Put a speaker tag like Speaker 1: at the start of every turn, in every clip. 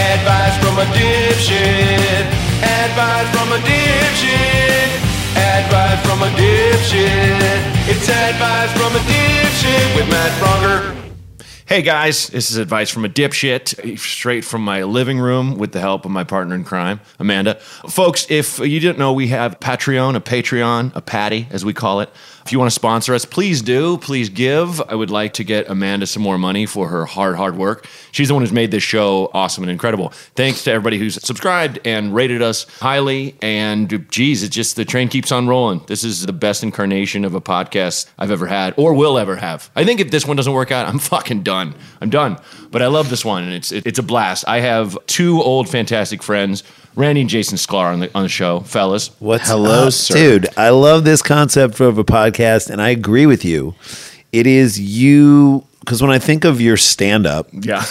Speaker 1: from a dipshit. Advice from a dipshit. Advice from a dipshit. It's advice from a dipshit with Matt Fronger.
Speaker 2: Hey guys, this is advice from a dipshit, straight from my living room with the help of my partner in crime, Amanda. Folks, if you didn't know, we have Patreon, a Patreon, a Patty, as we call it. If you want to sponsor us, please do. Please give. I would like to get Amanda some more money for her hard, hard work. She's the one who's made this show awesome and incredible. Thanks to everybody who's subscribed and rated us highly. And geez, it's just the train keeps on rolling. This is the best incarnation of a podcast I've ever had or will ever have. I think if this one doesn't work out, I'm fucking done. I'm done. But I love this one, and it's it, it's a blast. I have two old fantastic friends, Randy and Jason Sklar on the on the show, fellas.
Speaker 3: What's
Speaker 4: Hello,
Speaker 3: up,
Speaker 4: sir.
Speaker 3: dude? I love this concept of a podcast, and I agree with you. It is you because when I think of your stand-up,
Speaker 2: Yeah.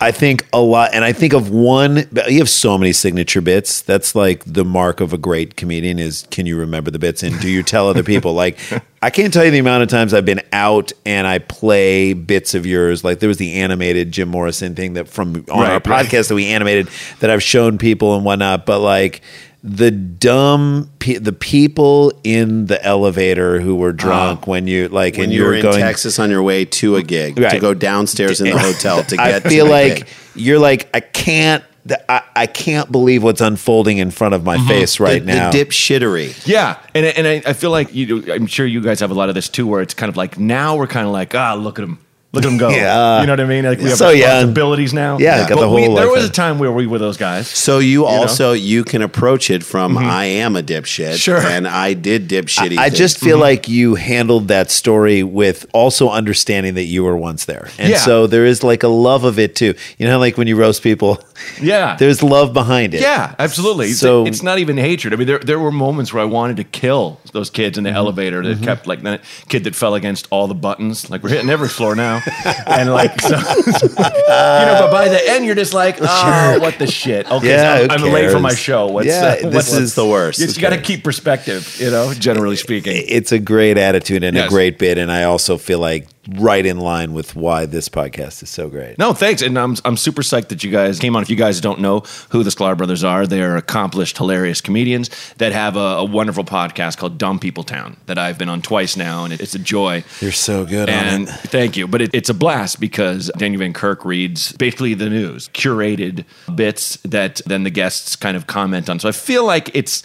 Speaker 3: I think a lot, and I think of one. You have so many signature bits. That's like the mark of a great comedian is can you remember the bits and do you tell other people? Like, I can't tell you the amount of times I've been out and I play bits of yours. Like there was the animated Jim Morrison thing that from on our
Speaker 2: Right, right.
Speaker 3: podcast that we animated that I've shown people and whatnot. But like the dumb pe- the people in the elevator who were drunk when you like
Speaker 4: When
Speaker 3: and
Speaker 4: you
Speaker 3: you
Speaker 4: were
Speaker 3: were
Speaker 4: in
Speaker 3: going
Speaker 4: Texas on your way to a gig to
Speaker 3: Right.
Speaker 4: go downstairs in the hotel to get.
Speaker 3: I
Speaker 4: to
Speaker 3: feel
Speaker 4: the
Speaker 3: like
Speaker 4: gig.
Speaker 3: you're like I can't. th- I, I can't believe what's unfolding in front of my
Speaker 2: Mm-hmm.
Speaker 3: face right
Speaker 4: the,
Speaker 3: now.
Speaker 4: the dipshittery.
Speaker 2: Yeah, and I- and I, I feel like you. do- I'm sure you guys have a lot of this too, where it's kind of like now we're kind of like ah, look at him, look at him go.
Speaker 3: Yeah.
Speaker 2: you know what I mean? Like we have
Speaker 3: So young.
Speaker 2: responsibilities now.
Speaker 3: Yeah, got the
Speaker 2: But we-
Speaker 3: whole,
Speaker 2: there
Speaker 3: like,
Speaker 2: was
Speaker 3: uh,
Speaker 2: a time where we were those guys.
Speaker 4: So you, also you can approach it from I am a dipshit.
Speaker 2: Sure.
Speaker 4: And I did dipshitty.
Speaker 3: I
Speaker 4: things.
Speaker 3: just feel
Speaker 2: Mm-hmm.
Speaker 3: like you handled that story with also understanding that you were once there, and
Speaker 2: Yeah.
Speaker 3: so there is like a love of it too. You know, how, like when you roast people,
Speaker 2: Yeah,
Speaker 3: there's love behind it.
Speaker 2: Yeah, absolutely. So
Speaker 3: So-
Speaker 2: it's not even hatred. I mean, there there were moments where I wanted to kill those kids in the
Speaker 3: Mm-hmm.
Speaker 2: elevator that kept like that kid that fell against all the buttons. Like we're hitting every floor now, and like so, you know. But by the end, you're just like, oh, what the shit? Okay,
Speaker 3: Yeah,
Speaker 2: so
Speaker 3: who
Speaker 2: I'm, I'm late for my
Speaker 3: cares?
Speaker 2: show. What's
Speaker 3: Yeah,
Speaker 2: uh,
Speaker 3: this
Speaker 2: what's,
Speaker 3: is
Speaker 4: the worst.
Speaker 2: You got to keep perspective, you know. Generally speaking,
Speaker 3: It's a great attitude and
Speaker 2: Yes.
Speaker 3: a great bit, and I also feel like right in line with why this podcast is so great.
Speaker 2: No, thanks, and I'm I'm super psyched that you guys came on. If you guys don't know who the Sklar brothers are, they are accomplished, hilarious comedians that have a, a wonderful podcast called Dumb People Town that I've been on twice now, and it, it's a joy.
Speaker 3: You're so good on
Speaker 2: and
Speaker 3: it.
Speaker 2: thank you, but it, it's a blast because Daniel Van Kirk reads basically the news, curated bits that then the guests kind of comment on. So I feel like it's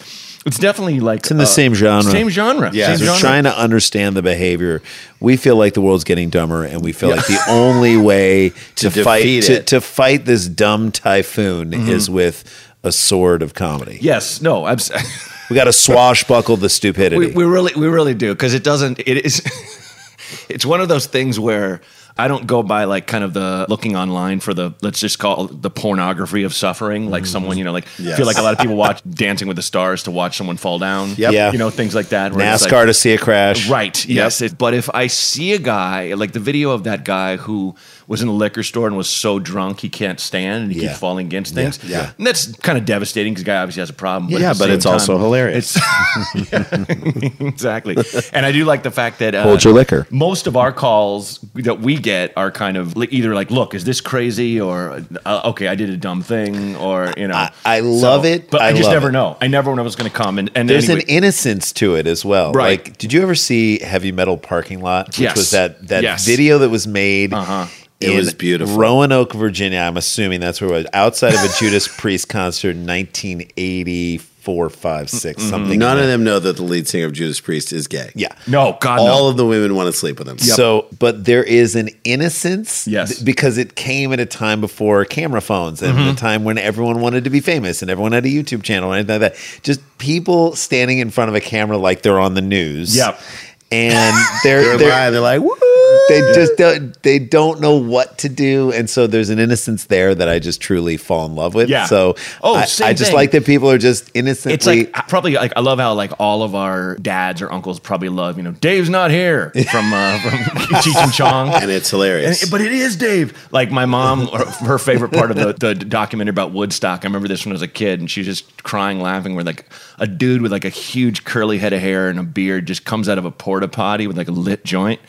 Speaker 2: it's definitely like it's
Speaker 3: in the same genre.
Speaker 2: Oh, same genre,
Speaker 4: Yeah.
Speaker 2: same
Speaker 3: They're
Speaker 2: genre.
Speaker 3: trying to understand the behavior. We feel like the world's getting dumber, and we feel like the only way to,
Speaker 4: defeat
Speaker 3: fight to,
Speaker 4: it.
Speaker 3: to fight this dumb typhoon
Speaker 2: Mm-hmm.
Speaker 3: is with a sword of comedy.
Speaker 2: Yes, no, abs-
Speaker 3: We got to swashbuckle the stupidity.
Speaker 2: we, we really we really do because it doesn't it is it's one of those things where I don't go by like kind of the looking online for the let's just call it the pornography of suffering like someone you know like I
Speaker 4: Yes.
Speaker 2: feel like a lot of people watch Dancing with the Stars to watch someone fall down
Speaker 4: Yep.
Speaker 3: Yeah.
Speaker 2: you know things like that where it's
Speaker 3: NASCAR
Speaker 2: like-
Speaker 3: to see a crash.
Speaker 2: Right. Yes. It, but if I see a guy, like the video of that guy who was in the liquor store and was so drunk he can't stand and he
Speaker 3: Yeah.
Speaker 2: keeps falling against things.
Speaker 3: yeah.
Speaker 2: And that's kind of devastating because the guy obviously has a problem. But
Speaker 4: Yeah,
Speaker 2: at the
Speaker 4: but
Speaker 2: same
Speaker 4: it's also
Speaker 2: time,
Speaker 4: hilarious.
Speaker 2: it's- Yeah, exactly. And I do like the fact that uh,
Speaker 3: Hold your liquor.
Speaker 2: Most of our calls that we get are kind of li- either like, "Look, is this crazy?" or uh, "Okay, I did a dumb thing," or you know,
Speaker 3: I- I love it.
Speaker 2: But I,
Speaker 3: I
Speaker 2: just
Speaker 3: love
Speaker 2: never
Speaker 3: it.
Speaker 2: know. I never know what's going to come. And, and
Speaker 3: There's
Speaker 2: anyway-
Speaker 3: an innocence to it as well.
Speaker 2: Right.
Speaker 3: Like, did you ever see Heavy Metal Parking Lot? Which
Speaker 2: Yes.
Speaker 3: was that that
Speaker 2: Yes.
Speaker 3: video that was made.
Speaker 2: Uh-huh.
Speaker 4: It
Speaker 3: in
Speaker 4: was beautiful.
Speaker 3: Roanoke, Virginia. I'm assuming that's where it was. Outside of a Judas Priest concert in 1984, 5, 6, something.
Speaker 4: None of them know that the lead singer of Judas Priest is gay.
Speaker 3: Yeah.
Speaker 2: no God, no.
Speaker 4: All of the women want to sleep with him.
Speaker 3: So, but there is an innocence
Speaker 2: Yes. Mm-hmm.
Speaker 3: th- because it came at a time before camera phones and the time when everyone wanted to be famous and everyone had a YouTube channel and anything like that. Just people standing in front of a camera like they're on the news.
Speaker 2: Yep.
Speaker 3: And they're,
Speaker 4: They're,
Speaker 3: they're,
Speaker 4: by, they're like, woo.
Speaker 3: they just don't, they don't know what to do. And so there's an innocence there that I just truly fall in love with.
Speaker 2: Yeah.
Speaker 3: So
Speaker 2: Oh,
Speaker 3: I,
Speaker 2: same
Speaker 3: I just
Speaker 2: thing.
Speaker 3: like that people are just innocently.
Speaker 2: It's like I- probably like I love how like all of our dads or uncles probably love you know Dave's not here from uh, from Cheech and Chong.
Speaker 4: And it's hilarious.
Speaker 2: And- but it is Dave. Like my mom, her- her favorite part of the, the documentary about Woodstock. I remember this when I was a kid, and she was just crying, laughing. Where like a dude with like a huge curly head of hair and a beard just comes out of a porta potty with like a lit joint,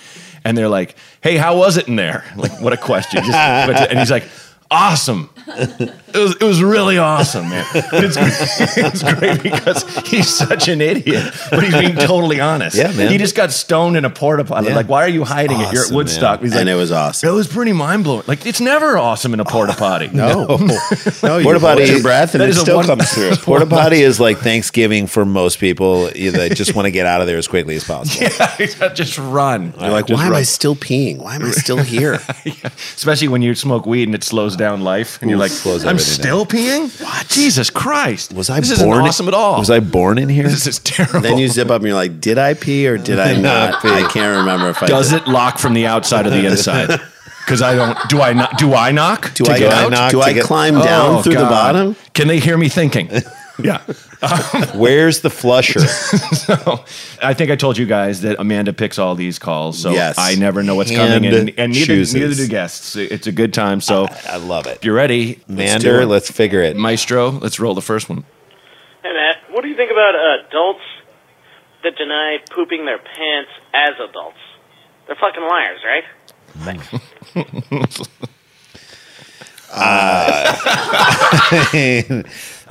Speaker 2: and they're like, "Hey, how was it in there?" Like, what a question! Just, and he's like, "Awesome." it was, it was really awesome, man. It's, great- it's great because he's such an idiot, but he's being totally honest.
Speaker 3: Yeah, man.
Speaker 2: He just got stoned in a porta potty.
Speaker 3: Yeah.
Speaker 2: Like, why are you hiding it? You're at
Speaker 3: Awesome,
Speaker 2: Woodstock. He's
Speaker 4: and
Speaker 2: like,
Speaker 4: it was awesome.
Speaker 2: it was pretty mind blowing. Like, it's never awesome in a porta potty.
Speaker 4: No, no, you
Speaker 3: Porta potty-
Speaker 4: hold your breath and
Speaker 2: That
Speaker 4: it
Speaker 2: is a
Speaker 4: still
Speaker 2: one-
Speaker 4: comes through.
Speaker 3: Porta potty is like Thanksgiving for most people you know, that just want to get out of there as quickly as possible.
Speaker 2: Yeah, just run.
Speaker 4: You're like, why am I still peeing? Why am I still here?
Speaker 2: Especially when you smoke weed and it slows down life, and you're like,
Speaker 3: slows
Speaker 2: I'm
Speaker 3: everything
Speaker 2: still peeing. What? Jesus Christ!
Speaker 3: Was I
Speaker 2: this
Speaker 3: born
Speaker 2: Isn't awesome at all?
Speaker 3: Was I born in here?
Speaker 2: This is terrible.
Speaker 4: then you zip up and you're like, did I pee or did I not? pee? I can't remember if I
Speaker 2: Does
Speaker 4: did.
Speaker 2: it lock from the outside or the inside? Because I don't. Do I not? Do I knock?
Speaker 4: Do I,
Speaker 3: get
Speaker 4: knock-
Speaker 3: out?
Speaker 4: do
Speaker 3: To
Speaker 4: I
Speaker 3: get-
Speaker 4: climb down
Speaker 2: Oh,
Speaker 4: through the
Speaker 2: God.
Speaker 4: bottom?
Speaker 2: Can they hear me thinking? yeah.
Speaker 3: Where's the flusher?
Speaker 2: So, I think I told you guys that Amanda picks all these calls, so
Speaker 4: Yes.
Speaker 2: I never know what's
Speaker 3: Hand
Speaker 2: coming, and, and neither,
Speaker 3: chooses.
Speaker 2: neither do guests. It's a good time. So
Speaker 3: I love it.
Speaker 2: if you're ready,
Speaker 3: Mander,
Speaker 2: let's,
Speaker 3: let's figure it.
Speaker 2: do it. Maestro, let's roll the first one.
Speaker 5: Hey Matt, what do you think about uh, adults that deny pooping their pants as adults? They're fucking liars, right?
Speaker 2: I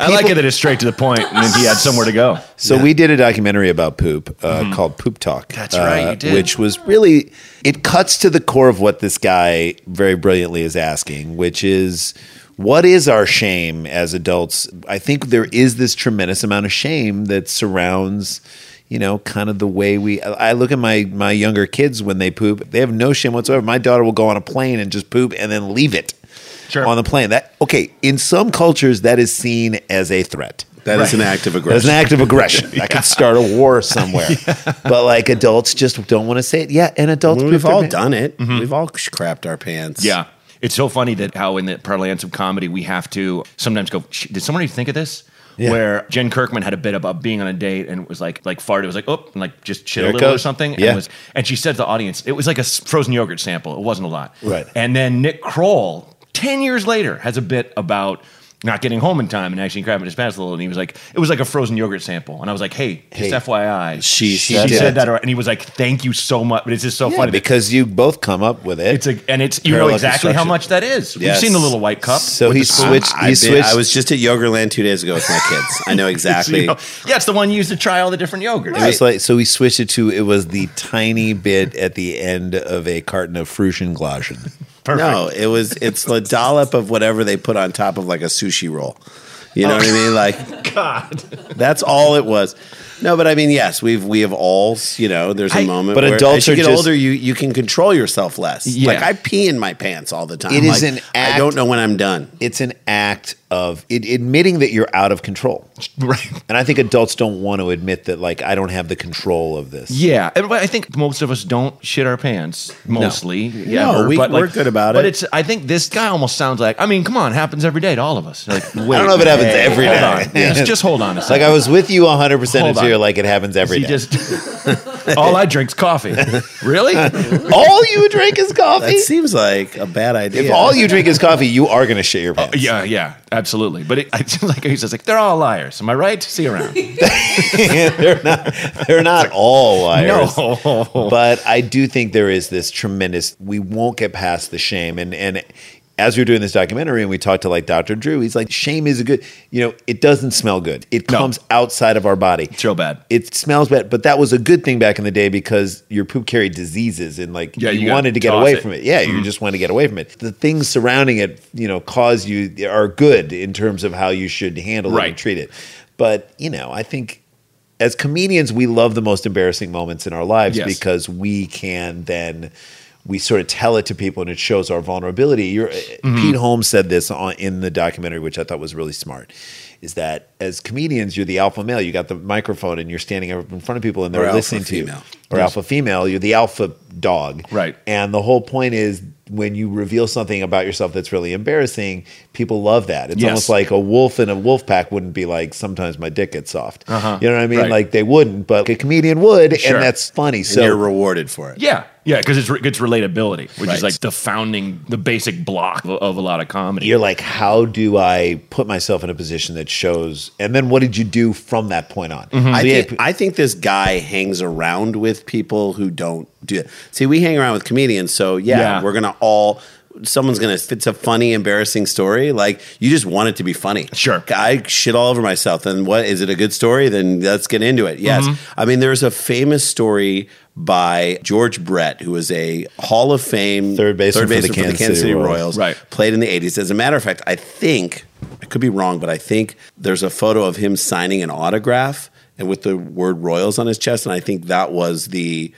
Speaker 2: like it that it's straight to the point, and then he had somewhere to go.
Speaker 3: So we did a documentary about poop uh, called Poop Talk.
Speaker 2: Mm-hmm. That's right,
Speaker 3: uh,
Speaker 2: you did.
Speaker 3: Which was really it cuts to the core of what this guy very brilliantly is asking, which is what is our shame as adults? I think there is this tremendous amount of shame that surrounds you know kind of the way we i I look at my my younger kids when they poop they have no shame whatsoever my daughter will go on a plane and just poop and then leave it
Speaker 2: Sure.
Speaker 3: on the plane that okay in some cultures that is seen as a threat
Speaker 4: That is an act of
Speaker 3: that's
Speaker 4: aggression.
Speaker 3: an act of aggression. I could start a war somewhere. But like adults just don't want to say it. Yeah, and adults
Speaker 4: We've
Speaker 3: poop their
Speaker 4: all
Speaker 3: pants.
Speaker 4: done it. We've all crapped our pants.
Speaker 2: Yeah. It's so funny that how in the parlance of comedy we have to sometimes go, "Sh- did somebody think of this? Where Jen Kirkman had a bit about being on a date and was like, like farted, was like, oh, and like just shit
Speaker 3: There
Speaker 2: a
Speaker 3: it
Speaker 2: little or
Speaker 3: goes.
Speaker 2: something.
Speaker 3: Yeah.
Speaker 2: And, was, and she said to the audience, it was like a s- frozen yogurt sample. It wasn't a lot.
Speaker 3: Right.
Speaker 2: And then Nick Kroll, 10 years later, has a bit about not getting home in time and actually crapping his pants a little. And he was like, it was like a frozen yogurt sample. And I was like, hey,
Speaker 3: Hey,
Speaker 2: just FYI.
Speaker 4: she
Speaker 2: said,
Speaker 4: said
Speaker 2: said
Speaker 4: that.
Speaker 2: that. or- And he was like, thank you so much. But it's just so
Speaker 3: Yeah,
Speaker 2: funny. that-
Speaker 3: because you both come up with it.
Speaker 2: it's a and it's you know
Speaker 3: Parallel
Speaker 2: exactly how
Speaker 3: construction.
Speaker 2: much that is.
Speaker 4: Yes.
Speaker 2: We've seen the little white cup.
Speaker 3: so
Speaker 2: with
Speaker 3: he
Speaker 2: the spoon.
Speaker 3: switched.
Speaker 4: I've
Speaker 3: He
Speaker 4: been-
Speaker 3: switched.
Speaker 4: I was just at Yogerland two days ago with my kids. I know exactly.
Speaker 2: You know, yeah, it's the one you use to try all the different yogurts.
Speaker 3: it was like so. He switched it to. It was the tiny bit at the end of a carton of Fruschenglaschen.
Speaker 2: Perfect.
Speaker 4: No, it was it's the dollop of whatever they put on top of like a sushi roll. You
Speaker 3: Oh.
Speaker 4: know what I mean? Like
Speaker 2: God.
Speaker 4: that's all it was. No, but I mean, yes, we've we have all you know. There's a
Speaker 2: I-
Speaker 4: moment,
Speaker 3: but
Speaker 4: where
Speaker 3: adults
Speaker 4: as you
Speaker 3: are
Speaker 4: get
Speaker 3: just-
Speaker 4: older, you you can control yourself less.
Speaker 2: Yeah.
Speaker 4: Like I pee in my pants all the time.
Speaker 3: It
Speaker 4: It
Speaker 3: is
Speaker 4: is
Speaker 3: an act-
Speaker 4: I don't know when I'm done.
Speaker 3: It's an act of it, admitting that you're out of control.
Speaker 2: Right.
Speaker 3: And I think adults don't want to admit that. Like I don't have the control of this.
Speaker 2: Yeah, and but I think most of us don't shit our pants mostly. Yeah,
Speaker 4: No, we- we're good about
Speaker 2: But
Speaker 4: it.
Speaker 2: it's I think this guy almost sounds like I mean, come on, it happens every day to all of us. Like,
Speaker 3: I don't know if it happens every day.
Speaker 2: hold on, just, just hold on a
Speaker 3: Like
Speaker 2: second.
Speaker 3: I was with you 100 percent
Speaker 2: Hold
Speaker 3: until you're
Speaker 2: on.
Speaker 3: like it happens every
Speaker 2: he
Speaker 3: day.
Speaker 2: just all I drink's coffee. really?
Speaker 3: all you drink is coffee.
Speaker 4: That seems like a bad idea.
Speaker 3: If all you drink is coffee, you are going to shit your pants.
Speaker 2: Oh, Yeah, yeah, absolutely. But it, it's like he says, like they're all liars. Am I right? See you around.
Speaker 3: they're not. They're not all liars.
Speaker 2: No.
Speaker 3: But I do think there is this tremendous. We won't get past the shame, and and as we were doing this documentary, and we talked to like Dr. Drew, he's like, shame is a good. You know, it doesn't smell good. It
Speaker 2: No.
Speaker 3: comes outside of our body.
Speaker 2: It's real bad.
Speaker 3: It smells bad, but that was a good thing back in the day because your poop carried diseases and like
Speaker 2: Yeah,
Speaker 3: you,
Speaker 2: you Mm-hmm. gotta
Speaker 3: wanted to get
Speaker 2: toss
Speaker 3: away
Speaker 2: it.
Speaker 3: from it. Yeah, you just wanted to get away from it. The things surrounding it, you know, cause you are good in terms of how you should handle it
Speaker 2: Right.
Speaker 3: and treat it. But, you know, I think as comedians, we love the most embarrassing moments in our lives
Speaker 2: Yes.
Speaker 3: because we can then we sort of tell it to people and it shows our vulnerability. You're, eh, Pete Holmes said this on, in the documentary, which I thought was really smart. Is that as comedians, you're the alpha male. You got the microphone and you're standing up in front of people and they're
Speaker 4: Or alpha
Speaker 3: listening to you.
Speaker 4: female.
Speaker 3: Or alpha female, you're the alpha dog.
Speaker 2: Right.
Speaker 3: And the whole point is when you reveal something about yourself that's really embarrassing, people love that. It's
Speaker 2: Yes.
Speaker 3: almost like a wolf in a wolf pack wouldn't be like, sometimes my dick gets soft.
Speaker 2: Uh-huh.
Speaker 3: You know what I mean?
Speaker 2: Right.
Speaker 3: Like they wouldn't, but a comedian would,
Speaker 2: Sure.
Speaker 3: and that's funny.
Speaker 4: and you're
Speaker 3: So
Speaker 4: rewarded for it.
Speaker 2: Yeah, yeah, because it's it's relatability, which is
Speaker 4: Right.
Speaker 2: like the founding, the basic block of, of a lot of comedy.
Speaker 3: you're like, how do I put myself in a position that shows? And then what did you do from that point on?
Speaker 4: Mm-hmm. I,
Speaker 3: So, yeah,
Speaker 4: think, I think this guy hangs around with people who don't do it. See, we hang around with comedians, so yeah,
Speaker 2: Yeah.
Speaker 4: we're gonna all someone's gonna if it's a funny, embarrassing story, like you just want it to be funny.
Speaker 2: Sure.
Speaker 4: I shit all over myself. And what is it a good story? Then let's get into it. Yes.
Speaker 3: Mm-hmm.
Speaker 4: I mean, there's a famous story by George Brett, who was a Hall of Fame
Speaker 3: Third baseman for the
Speaker 4: baseman
Speaker 3: Kansas City Royals.
Speaker 2: Right.
Speaker 4: Played in the 80s. As a matter of fact, I think, I could be wrong, but I think there's a photo of him signing an autograph and with the word Royals on his chest. And I think that was the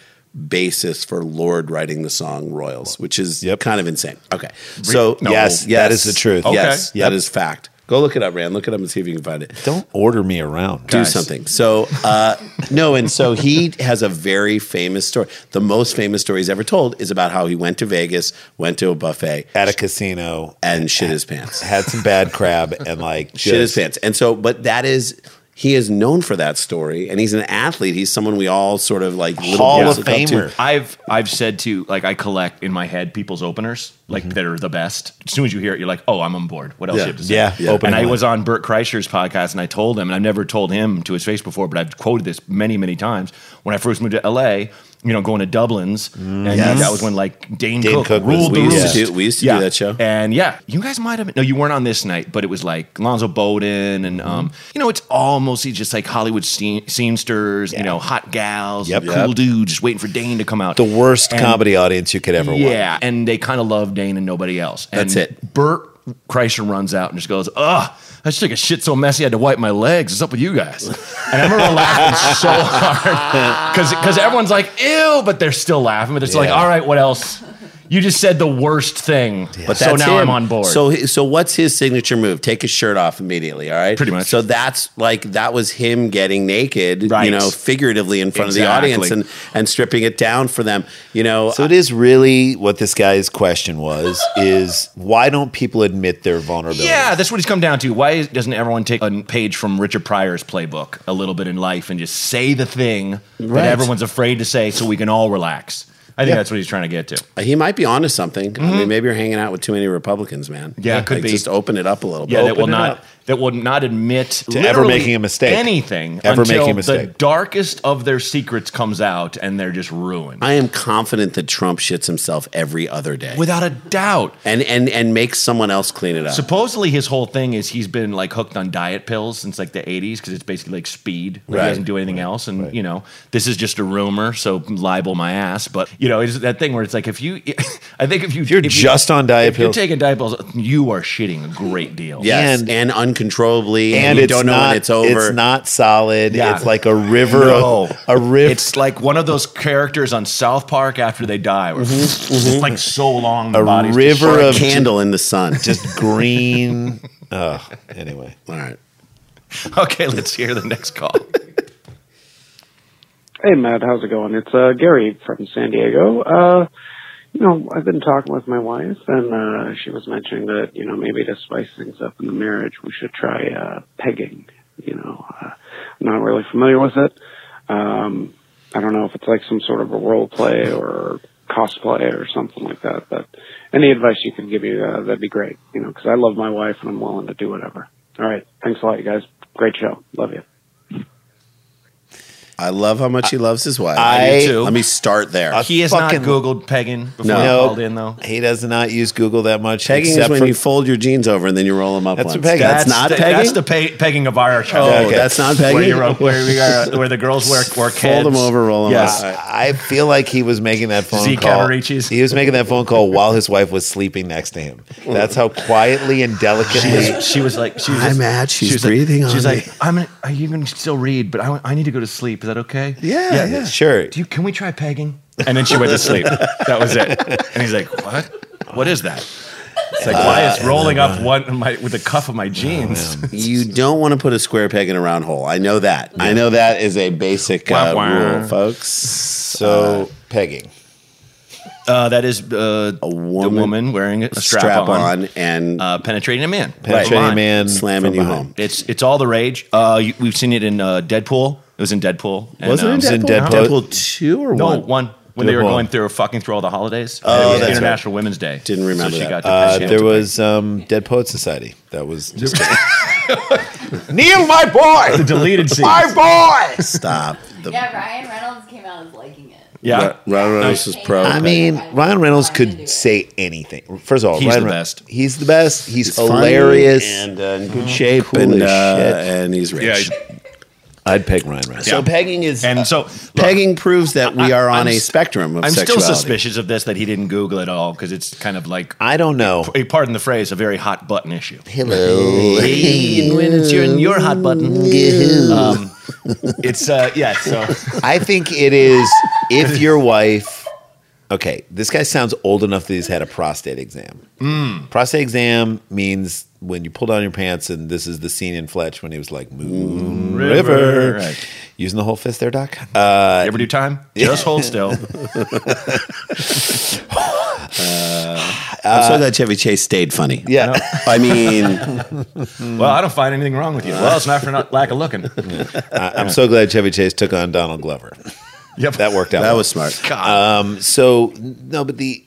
Speaker 4: basis for Lord writing the song Royals, which is
Speaker 3: Yep.
Speaker 4: kind of insane. Okay. So,
Speaker 2: no.
Speaker 4: yes, yes,
Speaker 3: That is the truth.
Speaker 4: Yes,
Speaker 3: Okay. Yep.
Speaker 4: that is fact. Go look it up, Rand. Look it up and see if you can find it
Speaker 3: Don't order me around.
Speaker 4: do
Speaker 2: Guys.
Speaker 4: something. So uh, no, and so he has a very famous story. The most famous story he's ever told is about how he went to Vegas, went to a buffet,
Speaker 3: At a casino,
Speaker 4: and shit his pants.
Speaker 3: had some bad crab, and like
Speaker 4: Shit his
Speaker 3: just-
Speaker 4: pants. And so, but that is. He is known for that story, and he's an athlete. He's someone we all sort of like little
Speaker 3: Hall
Speaker 4: boys
Speaker 3: of
Speaker 4: look up to.
Speaker 3: Famer.
Speaker 2: I've I've said to like I collect in my head people's openers like that are the best. As soon as you hear it, you're like, oh, I'm on board. What else
Speaker 4: Yeah.
Speaker 2: you have to say?
Speaker 3: Yeah,
Speaker 4: Yeah.
Speaker 3: open
Speaker 2: and I
Speaker 3: mic.
Speaker 2: was on Burt Kreischer's podcast, and I told him, and I've never told him to his face before, but I've quoted this many, many times. When I first moved to LA, you know, going to Dublin's, and
Speaker 4: Yes.
Speaker 2: that was when like Dane,
Speaker 3: Dane
Speaker 2: Cook,
Speaker 3: Cook was-
Speaker 2: ruled the
Speaker 4: We
Speaker 2: roost.
Speaker 4: used to do, we used to do that show.
Speaker 2: And yeah, you guys might have no, you weren't on this night, but it was like Lonzo Bowden and um, you know, it's all mostly just like Hollywood seam- seamsters, you know, hot gals,
Speaker 3: Yep.
Speaker 2: cool
Speaker 3: Yep.
Speaker 2: dudes just waiting for Dane to come out.
Speaker 3: the worst
Speaker 2: And-
Speaker 3: comedy audience you could ever want.
Speaker 2: Yeah, and they kind of love Dane and nobody else. And
Speaker 4: That's it.
Speaker 2: Bert Kreischer runs out and just goes, "Ugh, I just took a shit so messy I had to wipe my legs. What's up with you guys?" And I remember laughing so hard because everyone's like, "Ew," but they're still laughing. But it's like,
Speaker 3: Yeah.
Speaker 2: "All right, what else?" You just said the worst thing, but so
Speaker 4: that's
Speaker 2: now
Speaker 4: him.
Speaker 2: I'm on board.
Speaker 4: So so what's his signature move? Take his shirt off immediately. All right,
Speaker 2: Pretty much.
Speaker 4: So that's like that was him getting naked,
Speaker 2: Right.
Speaker 4: you know, figuratively in front
Speaker 2: Exactly.
Speaker 4: of the audience and and stripping it down for them. You know,
Speaker 3: So it is really what this guy's question was: is why don't people admit their vulnerability?
Speaker 2: Yeah, that's what he's come down to. Why doesn't everyone take a page from Richard Pryor's playbook, A Little Bit in Life, and just say the thing
Speaker 4: Right.
Speaker 2: that everyone's afraid to say so we can all relax? I think that's what he's trying to get to.
Speaker 4: he might be onto something. I mean, maybe you're hanging out with too many Republicans, man.
Speaker 2: Mm-hmm. Yeah, it could
Speaker 4: Like,
Speaker 2: be.
Speaker 4: Just open it up a little
Speaker 2: Yeah,
Speaker 4: bit.
Speaker 2: that will not that will not admit to
Speaker 3: ever making a mistake.
Speaker 2: Anything
Speaker 3: Ever
Speaker 2: until
Speaker 3: making a
Speaker 2: the
Speaker 3: mistake.
Speaker 2: darkest of their secrets comes out and they're just ruined.
Speaker 4: I am confident that Trump shits himself every other day,
Speaker 2: Without a doubt.
Speaker 4: and and and makes someone else clean it up.
Speaker 2: Supposedly, his whole thing is he's been like hooked on diet pills since like the 80s because it's basically like speed. Like,
Speaker 4: Right.
Speaker 2: He doesn't do anything else. And, you know, this is just a rumor, so libel my ass. But, you know, it's that thing where it's like if you, I think if you, if
Speaker 3: you're just on diet
Speaker 2: if you're
Speaker 3: pills-
Speaker 2: taking diet pills, you are shitting a great deal.
Speaker 4: Yes, and,
Speaker 3: And-
Speaker 4: uncontrollably, and,
Speaker 3: and
Speaker 4: you
Speaker 3: it's
Speaker 4: don't know
Speaker 3: not.
Speaker 4: when it's over.
Speaker 3: It's not solid.
Speaker 2: Yeah.
Speaker 3: It's like a river.
Speaker 2: No.
Speaker 3: Of, a river.
Speaker 2: It's like one of those characters on South Park after they die. Where It's like so long. The
Speaker 3: A
Speaker 2: body's just
Speaker 3: river
Speaker 2: short.
Speaker 4: or Mm-hmm, a
Speaker 3: of-
Speaker 4: candle in the sun.
Speaker 3: just green. Oh, anyway.
Speaker 4: all right.
Speaker 2: Okay, let's hear the next call.
Speaker 6: Hey, Matt, how's it going? It's uh, Gary from San Diego. Uh, you know, I've been talking with my wife, and uh, she was mentioning that, you know, maybe to spice things up in the marriage, we should try uh, pegging. You know, uh, I'm not really familiar with it. Um, I don't know if it's like some sort of a role play or cosplay or something like that, but any advice you can give me, uh, that'd be great. You know, because I love my wife and I'm willing to do whatever. All right. Thanks a lot, you guys. Great show. Love you.
Speaker 4: I love how much he loves his wife.
Speaker 3: I-
Speaker 2: do too. Uh,
Speaker 4: let me start there.
Speaker 2: He has not
Speaker 3: Fucking-
Speaker 2: Googled pegging before
Speaker 4: No.
Speaker 2: he
Speaker 3: No,
Speaker 2: called in, though.
Speaker 3: he does not use Google that much.
Speaker 4: pegging is
Speaker 3: except
Speaker 4: when
Speaker 3: for-
Speaker 4: you fold your jeans over and then you roll them up.
Speaker 3: That's
Speaker 4: once.
Speaker 3: what pegging-
Speaker 4: That's, not
Speaker 2: the,
Speaker 4: pegging.
Speaker 2: That's the pe- pegging of our show.
Speaker 4: oh,
Speaker 3: Okay.
Speaker 4: that's not pegging.
Speaker 2: Where, you're, where we are, where the girls work work heads.
Speaker 4: fold them over, roll them
Speaker 2: Yes.
Speaker 4: up.
Speaker 3: I feel like he was making that phone
Speaker 2: Zeke
Speaker 3: call.
Speaker 2: Cavaricci's.
Speaker 3: He was making that phone call while his wife was sleeping next to him. That's how quietly and delicately.
Speaker 2: She was like, she was
Speaker 4: Hi,
Speaker 2: like-
Speaker 4: Matt. She's
Speaker 2: she was
Speaker 4: breathing
Speaker 2: Like,
Speaker 4: on
Speaker 2: she's
Speaker 4: me.
Speaker 2: like, I'm. Gonna, are you gonna still read? But I, I need to go to sleep. Is that okay?
Speaker 3: Yeah, yeah. Sure.
Speaker 2: Do you, can we try pegging? And then she went to sleep. That was it. And he's like, what? What is that? It's like, why is rolling up one my, with the cuff of my jeans?
Speaker 4: You don't want to put a square peg in a round hole. I know that. I know that is a basic uh,
Speaker 2: Wah, wah.
Speaker 4: rule, folks.
Speaker 3: so pegging.
Speaker 2: Uh, that is uh, a
Speaker 4: woman-
Speaker 2: woman wearing a strap,
Speaker 4: Strap
Speaker 2: on,
Speaker 4: on and
Speaker 2: Uh, penetrating a man.
Speaker 3: Penetrating
Speaker 2: Line.
Speaker 3: man
Speaker 4: slamming
Speaker 3: from
Speaker 4: you
Speaker 3: behind.
Speaker 4: home.
Speaker 2: It's it's all the rage. Uh, you, we've seen it in uh, Deadpool. It was in Deadpool. And,
Speaker 4: Wasn't
Speaker 2: um,
Speaker 4: it in
Speaker 3: Deadpool?
Speaker 4: Deadpool?
Speaker 3: Deadpool
Speaker 4: two or
Speaker 2: No,
Speaker 4: one?
Speaker 2: one. When they were
Speaker 3: Deadpool.
Speaker 2: going through fucking through all the holidays.
Speaker 4: Oh,
Speaker 2: It was
Speaker 4: that's
Speaker 2: International Women's Day.
Speaker 4: Didn't remember
Speaker 2: So she got
Speaker 4: that.
Speaker 2: to
Speaker 3: Uh,
Speaker 2: she had
Speaker 3: there
Speaker 2: to-
Speaker 3: was um, Dead Poet Society. That was just Neil, my boy,
Speaker 2: deleted scene.
Speaker 3: my boy.
Speaker 4: Stop. The-
Speaker 7: Yeah, Ryan Reynolds came out as liking it.
Speaker 2: Yeah.
Speaker 4: Ra- Ryan Reynolds is pro.
Speaker 3: I mean, Ryan Reynolds could say anything. First of all,
Speaker 2: He's
Speaker 3: Ryan
Speaker 2: the
Speaker 3: Re-
Speaker 2: best.
Speaker 3: He's the best. He's,
Speaker 4: He's funny
Speaker 3: hilarious.
Speaker 4: and uh, in good shape
Speaker 3: Cool
Speaker 4: and,
Speaker 3: as
Speaker 4: uh,
Speaker 3: shit.
Speaker 4: and he's rich.
Speaker 2: Yeah, he's-
Speaker 3: I'd peg Ryan Reynolds.
Speaker 4: So
Speaker 2: Yeah.
Speaker 4: pegging is
Speaker 2: And so,
Speaker 4: pegging proves that we
Speaker 2: I-
Speaker 4: are on
Speaker 2: I'm
Speaker 4: a
Speaker 2: s-
Speaker 4: spectrum of
Speaker 2: I'm still
Speaker 4: sexuality.
Speaker 2: suspicious of this that he didn't Google it all because it's kind of like,
Speaker 3: I don't know.
Speaker 2: a- pardon the phrase, a very hot button issue.
Speaker 3: Hello.
Speaker 2: and when it's your, your hot button, um, it's uh, yeah. So
Speaker 3: I think it is if your wife. Okay, this guy sounds old enough that he's had a prostate exam.
Speaker 2: Hmm.
Speaker 3: Prostate exam means when you pull down your pants, and this is the scene in Fletch when he was like, Moon River.
Speaker 2: River, right.
Speaker 3: Using the whole fist there, Doc. Uh,
Speaker 2: you ever do time? Just hold still.
Speaker 4: I'm sorry that Chevy Chase stayed funny.
Speaker 3: yeah.
Speaker 4: I mean,
Speaker 2: Well, I don't find anything wrong with you. Well, it's not for not lack of looking.
Speaker 3: I, I'm so glad Chevy Chase took on Donald Glover.
Speaker 2: Yep.
Speaker 3: That worked out.
Speaker 4: that
Speaker 3: well.
Speaker 4: was smart.
Speaker 3: Um, so no, but the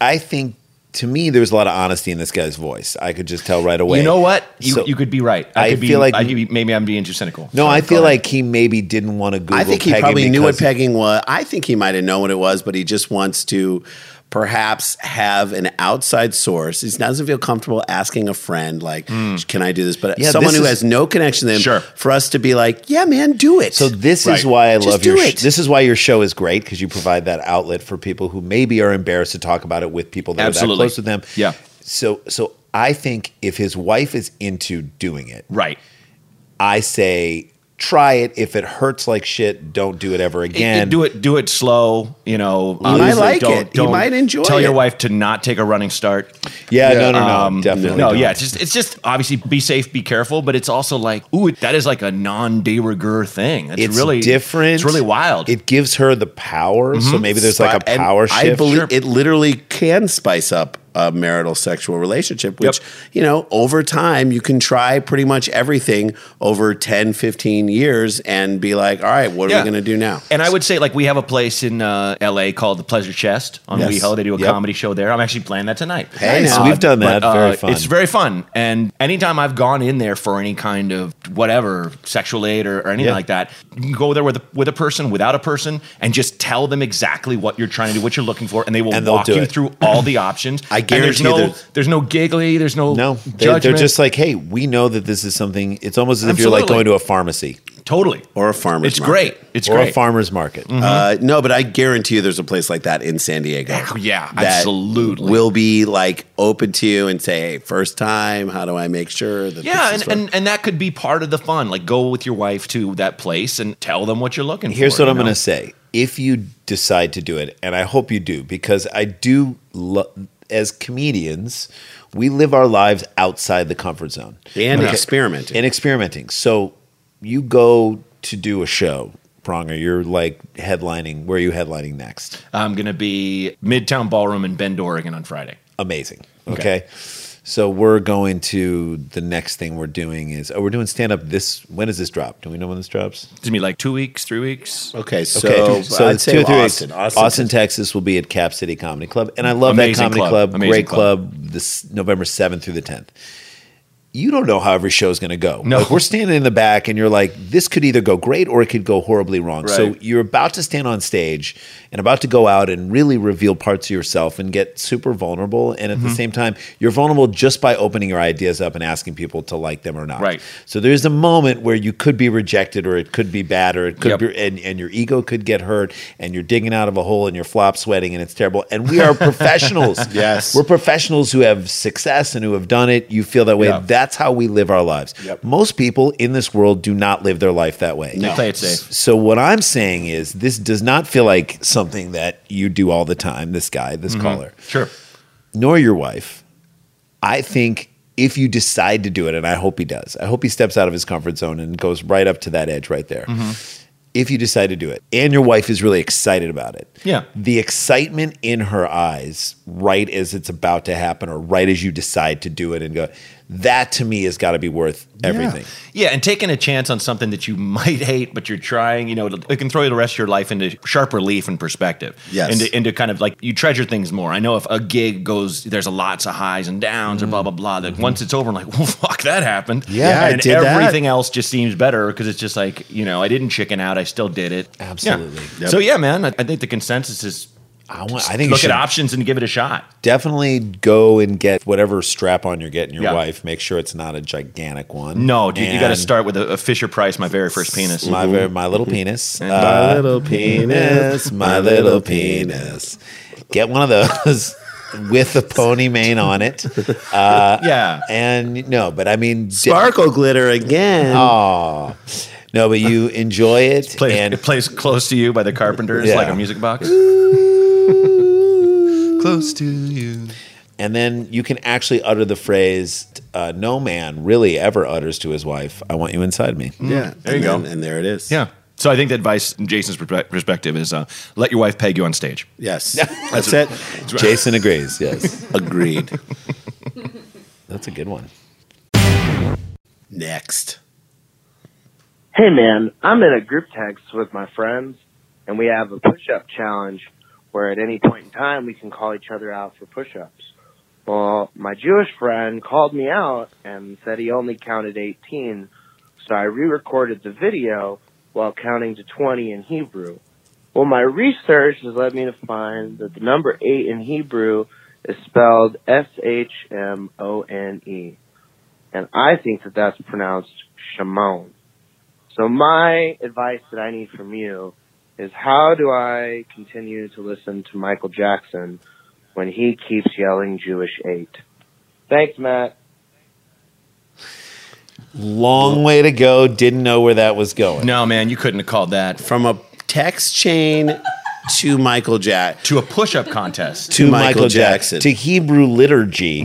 Speaker 3: I think to me there's a lot of honesty in this guy's voice. I could just tell right away.
Speaker 2: You know what? You,
Speaker 3: So-
Speaker 2: you could be right.
Speaker 3: I
Speaker 2: could be,
Speaker 3: feel like-
Speaker 2: I could be, maybe I'm being too cynical.
Speaker 3: No, I feel
Speaker 2: Sorry.
Speaker 3: like he maybe didn't want to Google.
Speaker 4: I think he
Speaker 3: pegging
Speaker 4: probably knew what
Speaker 3: because-
Speaker 4: pegging was. I think he might have known what it was, but he just wants to perhaps have an outside source. He doesn't feel comfortable asking a friend, like, can I do this? But
Speaker 3: Yeah,
Speaker 4: someone
Speaker 3: this
Speaker 4: who
Speaker 3: is-
Speaker 4: has no connection to them,
Speaker 2: Sure.
Speaker 4: for us to be like, yeah, man, do it.
Speaker 3: So this
Speaker 2: Right.
Speaker 3: is why I
Speaker 4: Just
Speaker 3: love
Speaker 4: do
Speaker 3: your.
Speaker 4: it.
Speaker 3: Sh- this is why your show is great because you provide that outlet for people who maybe are embarrassed to talk about it with people that
Speaker 2: Absolutely.
Speaker 3: are that close to them.
Speaker 2: Yeah.
Speaker 3: So so I think if his wife is into doing it,
Speaker 2: right.
Speaker 3: I say try it. If it hurts like shit, don't do it ever again.
Speaker 2: It- it- do it. Do it slow. You know,
Speaker 3: Mm.
Speaker 4: might
Speaker 2: obviously
Speaker 4: like it. He might enjoy
Speaker 2: Tell your
Speaker 4: it.
Speaker 2: wife to not take a running start.
Speaker 3: Yeah, no, no, no,
Speaker 2: Um,
Speaker 3: definitely.
Speaker 2: No,
Speaker 3: don't.
Speaker 2: yeah, it's just it's just obviously be safe, be careful, but it's also like, ooh, that is like a non de rigueur thing. It's,
Speaker 3: it's
Speaker 2: really
Speaker 3: different.
Speaker 2: It's really wild. Mm-hmm.
Speaker 3: It gives her the power, so maybe there's like a
Speaker 4: And
Speaker 3: power shift.
Speaker 4: I believe
Speaker 2: Sure.
Speaker 4: it literally can spice up a marital sexual relationship, which,
Speaker 2: Yep.
Speaker 4: you know, over time you can try pretty much everything over 10, 15 years and be like, all right, what are
Speaker 2: Yeah.
Speaker 4: we going to do now?
Speaker 2: And I would say, like, we have a place in uh, LA called the Pleasure Chest on
Speaker 4: Yes.
Speaker 2: WeHo. They do a
Speaker 3: Yep.
Speaker 2: comedy show there. I'm actually playing that tonight.
Speaker 4: Hey, Nice. now.
Speaker 3: We've done that. Very fun.
Speaker 2: Uh, It's very fun. And anytime I've gone in there for any kind of whatever sexual aid or, or anything
Speaker 3: Yeah.
Speaker 2: like that, you can go there with a, with a person, without a person, and just tell them exactly what you're trying to do, what you're looking for, and they will
Speaker 3: And they'll
Speaker 2: walk
Speaker 3: do
Speaker 2: you
Speaker 3: it.
Speaker 2: through all the options.
Speaker 4: I
Speaker 2: And there's
Speaker 4: guarantee
Speaker 2: no
Speaker 4: there's-
Speaker 2: there's no giggly, there's no
Speaker 3: no, they,
Speaker 2: judgment.
Speaker 3: are just like, hey, we know that this is something. It's almost as if you're like
Speaker 2: Absolutely.
Speaker 3: going to a pharmacy
Speaker 2: totally
Speaker 4: Or a farmer's
Speaker 2: It's
Speaker 4: market.
Speaker 2: great. It's
Speaker 3: or
Speaker 2: great. Mm-hmm.
Speaker 3: a farmer's market.
Speaker 4: Uh, no, but I guarantee you there's a place like that in San Diego.
Speaker 2: Yeah,
Speaker 4: that
Speaker 2: absolutely.
Speaker 4: Will be like open to you and say, hey, first time, how do I make sure that
Speaker 2: Yeah,
Speaker 4: this
Speaker 2: and,
Speaker 4: is what-
Speaker 2: and, and that could be part of the fun. Like go with your wife to that place and tell them what you're looking
Speaker 3: Here's
Speaker 2: for.
Speaker 3: what
Speaker 2: you
Speaker 3: I'm going
Speaker 2: know?
Speaker 3: to say. If you decide to do it, and I hope you do, because I do, lo- as comedians, we live our lives outside the comfort zone.
Speaker 4: and
Speaker 3: Okay.
Speaker 4: experimenting.
Speaker 3: and experimenting. So you go to do a show, Pronger. You're like headlining. Where are you headlining next?
Speaker 2: I'm gonna be Midtown Ballroom in Bend, Oregon on Friday.
Speaker 3: Amazing.
Speaker 2: Okay.
Speaker 3: Okay. So we're going to the next thing we're doing is oh we're doing stand up this when does this drop? Do we know when this drops?
Speaker 2: It's gonna be like two weeks, three weeks.
Speaker 4: okay, so,
Speaker 3: Okay,
Speaker 4: so I'd say
Speaker 3: two or three
Speaker 4: Austin.
Speaker 3: weeks.
Speaker 4: Austin.
Speaker 3: Austin, Texas will be at Cap City Comedy Club, and I love
Speaker 2: Amazing
Speaker 3: that comedy
Speaker 2: club.
Speaker 3: club,
Speaker 2: Amazing
Speaker 3: great
Speaker 2: club.
Speaker 3: club. This November seventh through the tenth. You don't know how every show is going to go.
Speaker 2: No.
Speaker 3: like we're standing in the back, and you're like, this could either go great or it could go horribly wrong. So
Speaker 2: Right.
Speaker 3: you're about to stand on stage and about to go out and really reveal parts of yourself and get super vulnerable. And at the same time, you're vulnerable just by opening your ideas up and asking people to like them or not.
Speaker 2: Right.
Speaker 3: So there's a moment where you could be rejected, or it could be bad, or it could
Speaker 2: Yep.
Speaker 3: be, and, and your ego could get hurt, and you're digging out of a hole, and you're flop sweating, and it's terrible. And we are professionals.
Speaker 4: Yes.
Speaker 3: we're professionals who have success and who have done it. You feel that way.
Speaker 2: Yeah.
Speaker 3: That's how we live our lives.
Speaker 4: Yep.
Speaker 3: Most people in this world do not live their life that way.
Speaker 2: They play it safe.
Speaker 3: So what I'm saying is, this does not feel like something that you do all the time. This guy, this caller
Speaker 2: Sure.
Speaker 3: nor your wife. I think if you decide to do it, and I hope he does, I hope he steps out of his comfort zone and goes right up to that edge right there.
Speaker 2: Mm-hmm.
Speaker 3: If you decide to do it, and your wife is really excited about it,
Speaker 2: Yeah.
Speaker 3: the excitement in her eyes, right as it's about to happen, or right as you decide to do it, and go, That to me has got to be worth everything.
Speaker 2: Yeah, and taking a chance on something that you might hate, but you're trying, you know, it can throw the rest of your life into sharp relief and perspective.
Speaker 4: Yes.
Speaker 2: Into, into kind of like you treasure things more. I know if a gig goes, there's a lots of highs and downs or blah, blah, blah, that once it's over, I'm like, well, fuck, that happened.
Speaker 3: Mm-hmm. Yeah, I
Speaker 2: And
Speaker 3: did that.
Speaker 2: everything else just seems better because it's just like, you know, I didn't chicken out. I still did it. Yeah.
Speaker 3: Absolutely. Yep.
Speaker 2: So, yeah, man, I, I think the consensus is
Speaker 3: I, want, I think you
Speaker 2: look
Speaker 3: should
Speaker 2: at options and give it a shot.
Speaker 3: definitely go and get whatever strap on you're getting your
Speaker 2: Yeah.
Speaker 3: wife. Make sure it's not a gigantic one.
Speaker 2: No, dude, you got to
Speaker 3: And
Speaker 2: start with a, a Fisher Price, my very first penis.
Speaker 3: My, very- my little penis.
Speaker 2: My
Speaker 3: little penis. My little penis. Get one of those with a pony mane on it. Uh,
Speaker 2: yeah.
Speaker 3: and no, but I mean,
Speaker 4: Sparkle glitter again.
Speaker 2: Oh.
Speaker 3: Aw. No, but you enjoy it.
Speaker 2: plays,
Speaker 3: and
Speaker 2: it plays close to you by the Carpenters,
Speaker 3: Yeah.
Speaker 2: like a music box. close to you.
Speaker 3: And then you can actually utter the phrase uh, no man really ever utters to his wife, I want you inside me.
Speaker 4: Yeah,
Speaker 2: There
Speaker 4: Mm, and
Speaker 2: you go.
Speaker 4: then- and there it is.
Speaker 2: Yeah. So I think the advice, from Jason's perspe- perspective, is uh, let your wife peg you on stage.
Speaker 4: Yes,
Speaker 3: That's it. Jason agrees. Yes.
Speaker 4: agreed.
Speaker 3: That's a good one.
Speaker 4: Next,
Speaker 7: Hey man, I'm in a group text with my friends and we have a push-up challenge where at any point in time we can call each other out for push-ups. Well, my Jewish friend called me out and said he only counted 18, so I re-recorded the video while counting to 20 in Hebrew. Well, my research has led me to find that the number 8 in Hebrew is spelled S-H-M-O-N-E. E, And I think that that's pronounced Shimon. So my advice that I need from you is how do I continue to listen to Michael Jackson when he keeps yelling Jewish eight? Thanks, Matt.
Speaker 3: Long way to go. Didn't know where that was going.
Speaker 2: No, man, you couldn't have called that.
Speaker 4: from a text chain to Michael Jack.
Speaker 2: To a push up contest.
Speaker 3: To
Speaker 4: Michael
Speaker 3: Michael Jackson.
Speaker 4: Jackson.
Speaker 3: To Hebrew liturgy.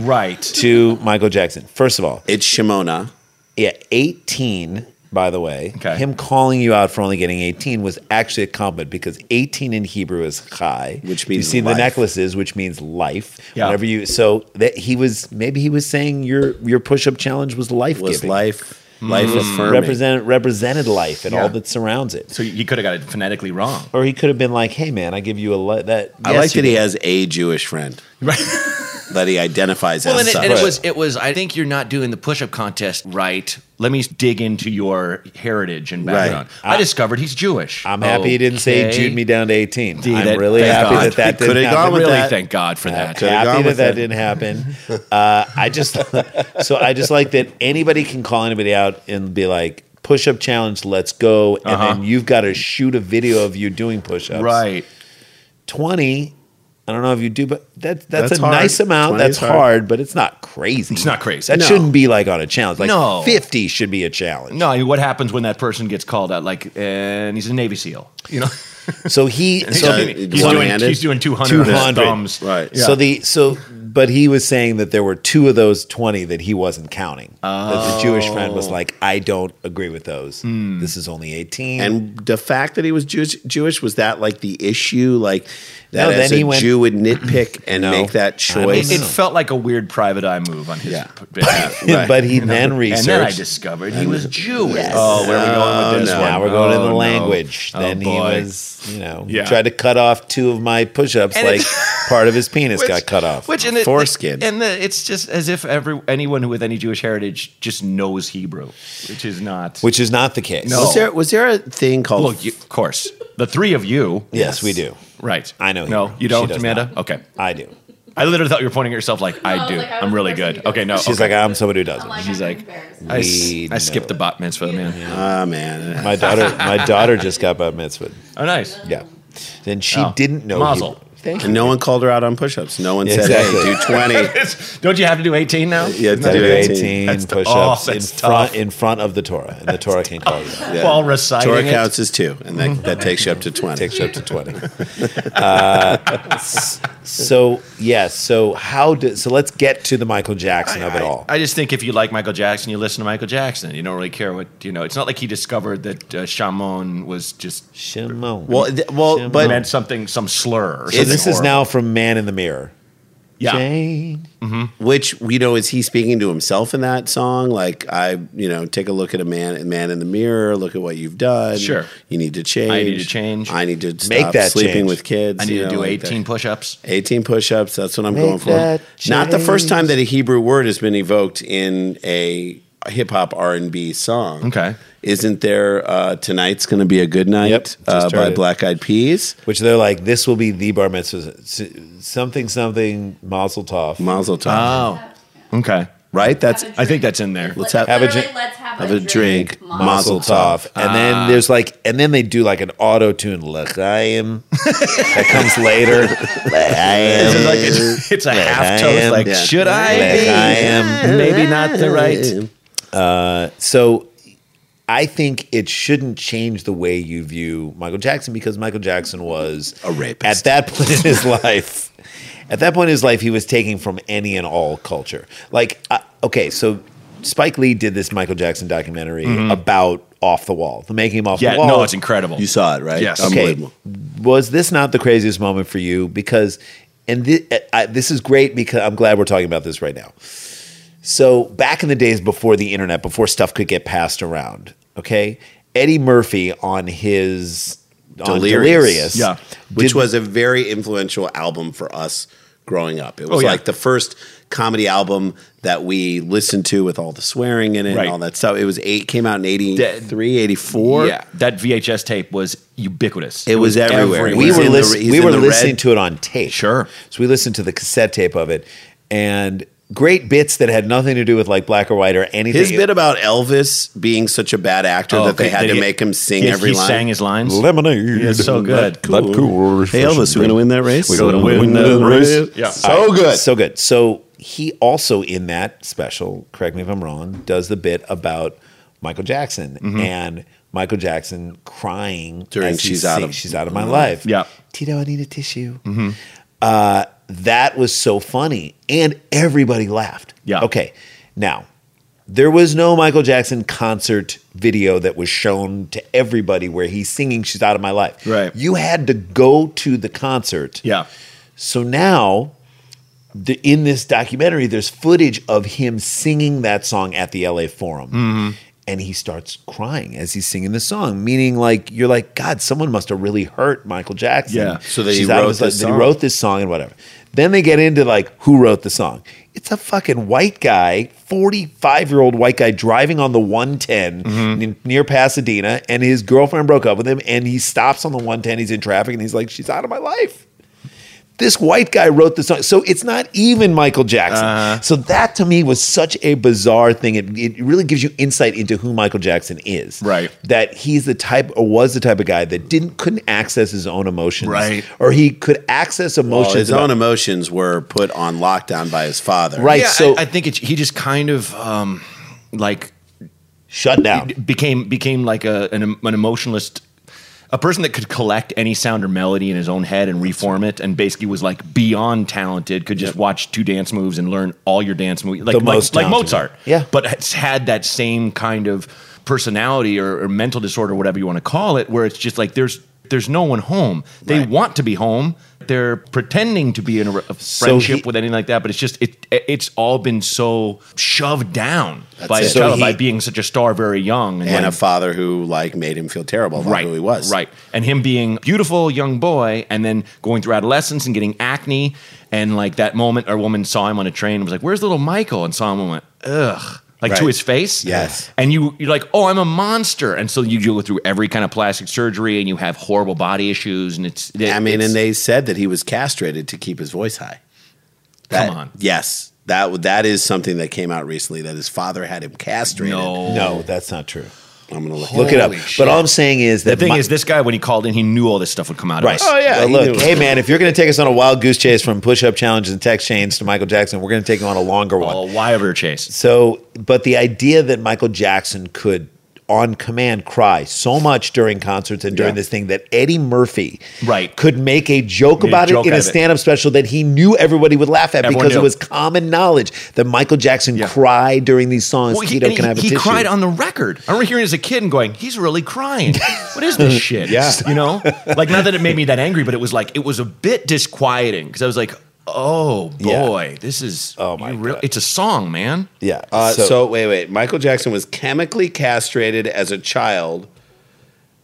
Speaker 2: Right.
Speaker 3: To Michael Jackson. First of all,
Speaker 4: It's Shimona.
Speaker 3: yeah, 18, by the way.
Speaker 2: Okay.
Speaker 3: Him calling you out for only getting 18 was actually a compliment because 18 in Hebrew is chai.
Speaker 4: Which
Speaker 3: you
Speaker 4: means
Speaker 3: see the
Speaker 4: life.
Speaker 3: necklaces, which means life.
Speaker 2: Yeah.
Speaker 3: Whenever you so that he was maybe he was saying your your push up challenge was life
Speaker 4: Was
Speaker 3: giving.
Speaker 4: life life
Speaker 2: Mm.
Speaker 4: affirming?
Speaker 3: represented represented life and
Speaker 2: Yeah.
Speaker 3: all that surrounds it.
Speaker 2: So he could have got it phonetically wrong.
Speaker 3: Or he could have been like, "Hey, man, I give you a li- that."
Speaker 4: I
Speaker 3: yes,
Speaker 4: like
Speaker 3: you
Speaker 4: that he
Speaker 3: did.
Speaker 4: has a Jewish friend
Speaker 2: Right.
Speaker 4: that he identifies
Speaker 2: Well,
Speaker 4: as
Speaker 2: and it,
Speaker 4: such.
Speaker 2: and it was it was. I think you're not doing the push-up contest right. Let me dig into your heritage and background. I, discovered he's Jewish.
Speaker 3: I'm happy he didn't say
Speaker 2: Okay.
Speaker 3: Jude me down to 18.
Speaker 2: Dude,
Speaker 3: I'm
Speaker 2: that-
Speaker 3: really
Speaker 2: thank
Speaker 3: happy
Speaker 2: God.
Speaker 3: that that
Speaker 4: He
Speaker 3: didn't
Speaker 4: could've
Speaker 3: happen.
Speaker 4: gone with
Speaker 2: Really,
Speaker 4: that.
Speaker 2: thank God for that.
Speaker 3: happy
Speaker 4: gone
Speaker 3: that
Speaker 4: with
Speaker 3: that
Speaker 4: it.
Speaker 3: didn't happen. Uh, I just so I just like that anybody can call anybody out and be like push up challenge, let's go, and then you've got to shoot a video of you doing push ups.
Speaker 2: Right.
Speaker 3: twenty. I don't know if you do, but that, that's,
Speaker 4: That's
Speaker 3: a
Speaker 4: hard.
Speaker 3: nice amount.
Speaker 4: 20
Speaker 3: That's
Speaker 4: is
Speaker 3: hard.
Speaker 4: hard.
Speaker 3: but it's not crazy.
Speaker 2: It's not crazy.
Speaker 3: That
Speaker 2: No.
Speaker 3: shouldn't be like on a challenge. Like
Speaker 2: No.
Speaker 3: fifty should be a challenge.
Speaker 2: No, I mean, what happens when that person gets called out? Like, and he's a Navy SEAL. You know,
Speaker 3: So he
Speaker 2: he's,
Speaker 3: so
Speaker 2: doing, Uh, he's,
Speaker 4: one
Speaker 2: doing,
Speaker 4: handed?
Speaker 2: he's doing 200, with his
Speaker 3: 200.
Speaker 2: thumbs.
Speaker 4: Right.
Speaker 2: Yeah.
Speaker 3: So the so but he was saying that there were two of those 20 that he wasn't counting. That the Jewish friend was like,
Speaker 2: Oh.
Speaker 3: "I don't agree with those.
Speaker 2: Hmm.
Speaker 3: This is only 18."
Speaker 4: and the fact that he was Jewish, Jewish was that like the issue? Like that
Speaker 3: No,
Speaker 4: as
Speaker 3: then he
Speaker 4: a
Speaker 3: went-
Speaker 4: Jew would nitpick and
Speaker 3: No.
Speaker 4: make that
Speaker 3: I
Speaker 2: it,
Speaker 3: don't
Speaker 4: choice.
Speaker 2: it
Speaker 3: know.
Speaker 2: felt like a weird private eye move on his
Speaker 4: Yeah.
Speaker 2: p- behalf.
Speaker 4: Right.
Speaker 3: but he then
Speaker 2: and then I
Speaker 3: researched
Speaker 2: discovered he was Jewish. Oh, where are we going with this one?
Speaker 3: Now we're going
Speaker 2: Oh,
Speaker 3: into
Speaker 2: no.
Speaker 3: language.
Speaker 2: Oh,
Speaker 3: then he
Speaker 2: boy.
Speaker 3: was, you know,
Speaker 2: Yeah.
Speaker 3: tried to cut off two of my push-ups.
Speaker 2: And
Speaker 3: like
Speaker 2: it's-
Speaker 3: part of his penis got cut off.
Speaker 2: Which and it-
Speaker 4: Foreskin.
Speaker 2: and the, it's just as if every anyone with any Jewish heritage just knows Hebrew, which is not.
Speaker 3: which is not the case.
Speaker 2: No.
Speaker 4: was there was there a thing called
Speaker 2: Well, you, of course, the three of you,
Speaker 3: Yes, we do.
Speaker 2: right?
Speaker 3: I know
Speaker 2: No,
Speaker 3: Hebrew.
Speaker 2: you
Speaker 3: She
Speaker 2: don't,
Speaker 3: does
Speaker 2: Amanda.
Speaker 3: not.
Speaker 2: Okay.
Speaker 3: I do.
Speaker 2: I literally thought you were pointing at yourself like, I
Speaker 8: I was
Speaker 2: do.
Speaker 8: like, I was
Speaker 2: I'm
Speaker 8: the
Speaker 2: really
Speaker 8: person
Speaker 2: good.
Speaker 8: who
Speaker 2: Okay, no.
Speaker 3: She's
Speaker 2: okay. Oh
Speaker 3: like, I'm somebody who doesn't.
Speaker 8: I'm like,
Speaker 2: She's
Speaker 8: I'm
Speaker 2: like- "Mm, I,
Speaker 8: embarrassed.
Speaker 2: s-
Speaker 3: We
Speaker 2: I skipped
Speaker 3: know.
Speaker 2: the bat mitzvah, man.
Speaker 4: Ah man,
Speaker 3: my daughter, my daughter just got bat mitzvah.
Speaker 2: Oh, nice.
Speaker 3: Yeah. Then she
Speaker 2: Oh.
Speaker 3: didn't know.
Speaker 2: Mazel.
Speaker 3: Hebrew. Thank
Speaker 4: and no one called her out on push-ups. No one
Speaker 3: Exactly.
Speaker 4: said, "Hey, do 20."
Speaker 2: Don't you have to do 18 now?
Speaker 4: Yeah,
Speaker 3: Gotta
Speaker 4: do
Speaker 3: do
Speaker 4: 18.
Speaker 3: 18
Speaker 2: That's the-
Speaker 3: push-ups
Speaker 2: oh,
Speaker 3: in
Speaker 2: that's
Speaker 3: front
Speaker 2: tough.
Speaker 3: in front of the Torah, and the Torah can call you. out.
Speaker 4: Yeah.
Speaker 2: While reciting
Speaker 4: Torah
Speaker 2: it.
Speaker 4: counts as two, and that, that takes you up to 20.
Speaker 3: Takes you up to twenty. Uh, s- so yes, so how do so? Let's get to the Michael Jackson of it all.
Speaker 2: I just think if you like Michael Jackson, you listen to Michael Jackson. You don't really care what, you know, it's not like he discovered that uh, Shamon was just
Speaker 3: Shimon.
Speaker 4: Well, th- well,
Speaker 3: Shimon.
Speaker 4: but-
Speaker 2: meant something, some slur. Or
Speaker 3: so
Speaker 2: something
Speaker 3: this is
Speaker 2: horrible.
Speaker 3: now from Man in the Mirror.
Speaker 2: Yeah.
Speaker 3: Jane.
Speaker 4: Which you know is he speaking to himself in that song? Like I, you know, take a look at a man, man in the mirror. Look at what you've done.
Speaker 2: Sure.
Speaker 4: you need to change.
Speaker 2: I need to change.
Speaker 4: I need to
Speaker 3: Make
Speaker 4: stop
Speaker 3: that
Speaker 4: sleeping
Speaker 3: change.
Speaker 4: with kids.
Speaker 2: I need
Speaker 4: you
Speaker 2: to
Speaker 4: know,
Speaker 2: do
Speaker 4: like that.
Speaker 2: 18 push ups.
Speaker 4: 18 push-ups that's what i'm
Speaker 3: Make
Speaker 4: going for
Speaker 3: that
Speaker 4: not the first
Speaker 3: change.
Speaker 4: time that a hebrew word has been evoked in a hip-hop r&b song
Speaker 2: Okay.
Speaker 4: isn't there uh, tonight's gonna be a good night
Speaker 3: Yep, just
Speaker 4: uh,
Speaker 3: heard
Speaker 4: by
Speaker 3: it.
Speaker 4: black eyed peas
Speaker 3: Which they're like, this will be the bar mitzvah. S- Something, something, Mazel Tov.
Speaker 4: mazel tov
Speaker 2: Oh, okay.
Speaker 4: right that's
Speaker 2: I think that's in there.
Speaker 8: Let's
Speaker 4: have- have
Speaker 8: have,
Speaker 3: a
Speaker 8: literally,
Speaker 3: drink-
Speaker 8: Let's have,
Speaker 4: have a drink.
Speaker 8: Mazel
Speaker 3: Mazel Tov. And then there's like, and then they do like an auto tune, L'chaim. that comes later.
Speaker 2: This is
Speaker 3: L'chaim.
Speaker 2: like it's, it's a half toast. Like,
Speaker 3: Yeah.
Speaker 2: should I?
Speaker 3: L'chaim.
Speaker 2: be? Maybe not the right.
Speaker 3: So I think it shouldn't change the way you view Michael Jackson because Michael Jackson was
Speaker 4: A rapist.
Speaker 3: At that point in his life, at that point in his life, he was taking from any and all culture. Like, uh, okay, so Spike Lee did this Michael Jackson documentary about Off the Wall, the making of Off
Speaker 2: Yeah,
Speaker 3: the Wall.
Speaker 2: no, it's incredible.
Speaker 4: you saw it right
Speaker 2: Yes.
Speaker 3: Okay,
Speaker 4: Unbelievable.
Speaker 3: was this not the craziest moment for you? Because, and thi- uh, I, this is great because I'm glad we're talking about this right now. So back in the days before the internet, before stuff could get passed around, okay, Eddie Murphy on his on
Speaker 4: Delirious.
Speaker 3: Delirious,
Speaker 2: Yeah.
Speaker 4: which
Speaker 3: did-
Speaker 4: was a very influential album for us growing up. It was
Speaker 2: Oh, yeah.
Speaker 4: like the first comedy album that we listened to with all the swearing in it
Speaker 2: Right.
Speaker 4: and all that stuff. It was eight came out in 83, 84.
Speaker 2: Yeah, that VHS tape was ubiquitous.
Speaker 4: It was everywhere.
Speaker 3: we
Speaker 4: He's
Speaker 3: were
Speaker 4: in the-
Speaker 3: listening.
Speaker 4: he's
Speaker 3: we
Speaker 4: in
Speaker 3: were
Speaker 4: the
Speaker 3: listening
Speaker 4: red.
Speaker 3: to it on tape.
Speaker 2: Sure.
Speaker 3: So we listened to the cassette tape of it, and great bits that had nothing to do with like black or white or anything.
Speaker 4: His bit about Elvis being such a bad actor
Speaker 2: Oh,
Speaker 4: that they
Speaker 2: okay.
Speaker 4: had
Speaker 2: Did
Speaker 4: to
Speaker 2: he-
Speaker 4: make him sing
Speaker 2: he,
Speaker 4: every
Speaker 2: he
Speaker 4: line.
Speaker 2: sang his lines.
Speaker 3: lemonade.
Speaker 2: It's so good.
Speaker 3: That cool
Speaker 4: Hey Elvis, we're gonna win that race. We're
Speaker 2: gonna win that race. Yeah.
Speaker 4: So good.
Speaker 3: So good. So he also in that special, correct me if I'm wrong, does the bit about Michael Jackson
Speaker 2: Mm-hmm.
Speaker 3: and Michael Jackson crying
Speaker 4: During
Speaker 3: as he
Speaker 4: She's Out
Speaker 3: sings,
Speaker 4: of-
Speaker 3: she's out of my life.
Speaker 2: Mm-hmm. Yeah. Mm-hmm.
Speaker 3: Tito, I need a tissue. Uh, that was so funny, and everybody laughed.
Speaker 2: Yeah.
Speaker 3: Okay. Now. There was no Michael Jackson concert video that was shown to everybody where he's singing She's Out of My Life.
Speaker 2: Right.
Speaker 3: You had to go to the concert
Speaker 2: Yeah,
Speaker 3: so now, the, in this documentary, there's footage of him singing that song at the LA Forum.
Speaker 4: Mm-hmm.
Speaker 3: And he starts crying as he's singing the song, meaning like you're like, God, someone must have really hurt Michael Jackson.
Speaker 2: Yeah.
Speaker 4: So that he
Speaker 3: She's out of
Speaker 4: wrote
Speaker 3: his
Speaker 4: this
Speaker 3: life- that
Speaker 4: song.
Speaker 3: He wrote this song and whatever. Then they get into like who wrote the song. It's a fucking white guy, 45 year old white guy driving on the 110
Speaker 4: Mm-hmm.
Speaker 3: n- near Pasadena, and his girlfriend broke up with him, and he stops on the 110. He's in traffic, and he's like, She's out of my life this white guy wrote the song. So it's not even Michael Jackson.
Speaker 4: Uh-huh.
Speaker 3: So that to me was such a bizarre thing. It, it really gives you insight into who Michael Jackson is.
Speaker 2: Right.
Speaker 3: That he's the type or was the type of guy that didn't couldn't access his own emotions.
Speaker 2: Right.
Speaker 3: Or he could access
Speaker 4: Well,
Speaker 3: emotions.
Speaker 4: his
Speaker 3: about-
Speaker 4: own emotions were put on lockdown by his father.
Speaker 3: Right.
Speaker 2: yeah.
Speaker 3: so
Speaker 2: I, I think it's, he just kind of um, like
Speaker 3: shut down.
Speaker 2: became became like a an, an emotionalist a person that could collect any sound or melody in his own head and reform it and basically was like beyond talented could just watch two dance moves and learn all your dance moves like
Speaker 3: The
Speaker 2: like,
Speaker 3: most
Speaker 2: like
Speaker 3: talented.
Speaker 2: Mozart
Speaker 3: Yeah.
Speaker 2: but has had that same kind of personality or, or mental disorder whatever you want to call it where it's just like there's there's no one home they want to be home they're pretending to be in a, re- a friendship
Speaker 3: he-
Speaker 2: with anything like that but it's just it it's all been so shoved down by
Speaker 4: it.
Speaker 2: his
Speaker 3: So
Speaker 2: childhood, by
Speaker 3: he-
Speaker 2: being such a star very young
Speaker 4: And a
Speaker 2: like-
Speaker 4: father who like made him feel terrible about
Speaker 2: right
Speaker 4: who he was.
Speaker 2: right and him being beautiful young boy and then going through adolescence and getting acne and like that moment a woman saw him on a train and was like where's little michael and saw him and went ugh like to
Speaker 4: Right.
Speaker 2: his face
Speaker 4: Yes.
Speaker 2: and you you're like oh i'm a monster and so you go through every kind of plastic surgery and you have horrible body issues and it's it-
Speaker 4: I mean,
Speaker 2: it's-
Speaker 4: and they said that he was castrated to keep his voice high.
Speaker 2: Come
Speaker 4: That-
Speaker 2: on.
Speaker 4: Yes. That that is something that came out recently that his father had him castrated.
Speaker 2: no
Speaker 3: No, that's not true.
Speaker 4: I'm gonna look,
Speaker 3: Look it up. But all I'm saying is that
Speaker 2: the thing
Speaker 3: Mi-
Speaker 2: is this guy when he called in he knew all this stuff would come out
Speaker 3: Right.
Speaker 2: of us
Speaker 4: Oh, yeah,
Speaker 3: Well,
Speaker 4: he
Speaker 3: look,
Speaker 4: knew it.
Speaker 3: hey man, if you're going to take us on a wild goose chase from push-up challenges and text chains to Michael Jackson, we're going to take you on a longer one.
Speaker 2: oh why ever chase
Speaker 3: So, but the idea that Michael Jackson could on command cry so much during concerts and during
Speaker 4: Yeah.
Speaker 3: this thing that Eddie Murphy
Speaker 2: Right.
Speaker 3: could make a joke
Speaker 2: Made a
Speaker 3: about
Speaker 2: joke
Speaker 3: it in
Speaker 2: out
Speaker 3: a
Speaker 2: of it.
Speaker 3: stand-up special that he knew everybody would laugh at
Speaker 2: Everyone
Speaker 3: because
Speaker 2: knew.
Speaker 3: it was common knowledge that Michael Jackson
Speaker 2: Yeah.
Speaker 3: cried during these songs
Speaker 2: Well,
Speaker 3: Tito
Speaker 2: and
Speaker 3: can have a
Speaker 2: he
Speaker 3: tissue.
Speaker 2: cried on the record. I remember hearing it as a kid and going, "He's really crying. What is this shit?"
Speaker 3: Yeah.
Speaker 2: you know, like not that it made me that angry, but it was like it was a bit disquieting because I was like, Oh
Speaker 3: Yeah.
Speaker 2: boy, this is
Speaker 3: Oh, my
Speaker 2: you real-
Speaker 3: God.
Speaker 2: it's a song, man.
Speaker 3: Yeah.
Speaker 4: Uh, so, wait, wait. Michael Jackson was chemically castrated as a child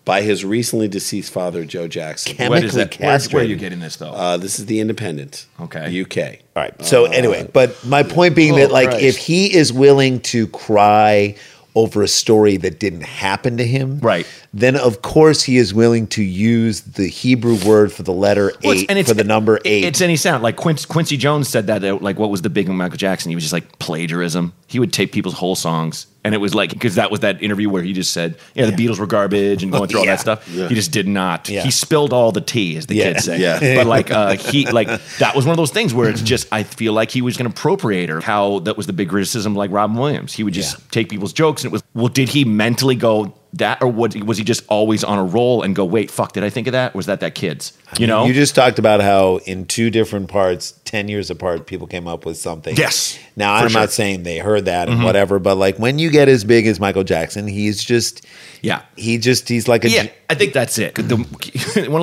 Speaker 4: by his recently deceased father, Joe Jackson.
Speaker 3: Chem-
Speaker 2: What is
Speaker 3: Chemically
Speaker 2: that? Where's, where are you
Speaker 3: castrated.
Speaker 2: getting this though?
Speaker 4: uh, this is the Independent,
Speaker 2: Okay.
Speaker 4: UK.
Speaker 3: All right. So
Speaker 2: Uh,
Speaker 3: anyway, but my point being that
Speaker 4: Oh,
Speaker 3: like
Speaker 4: Christ.
Speaker 3: if he is willing to cry over a story that didn't happen to him,
Speaker 2: Right.
Speaker 3: Then of course he is willing to use the Hebrew word for the letter
Speaker 2: Well,
Speaker 3: eight for the number
Speaker 2: it-
Speaker 3: eight.
Speaker 2: It's any sound. Like Quincy, Quincy Jones said that. uh, Like, what was the big thing with Michael Jackson? He was just like plagiarism. He would take people's whole songs, and it was like because that was that interview where he just said, "Yeah, the Beatles were garbage," and going through all
Speaker 3: Yeah.
Speaker 2: that stuff.
Speaker 4: Yeah.
Speaker 2: He just did not.
Speaker 3: Yeah.
Speaker 2: He spilled all the tea, as the
Speaker 3: Yeah.
Speaker 2: kids say.
Speaker 4: Yeah.
Speaker 2: But like uh, he like that was one of those things where it's just I feel like he was going to appropriate her. How that was the big criticism. Like Robin Williams, he would just
Speaker 3: Yeah.
Speaker 2: take people's jokes, and it was well, did he mentally go? That or was was he just always on a roll and go? Wait, fuck! Did I think of that? Was that that kids? You know,
Speaker 3: you just talked about how in two different parts, ten years apart, people came up with something.
Speaker 2: Yes,
Speaker 3: Now
Speaker 2: for
Speaker 3: I'm
Speaker 2: sure. Mm-hmm.
Speaker 3: not saying they heard that and whatever, but like when you get as big as Michael Jackson, he's just
Speaker 2: yeah.
Speaker 3: he just he's like a
Speaker 2: Yeah, I think that's it. The, want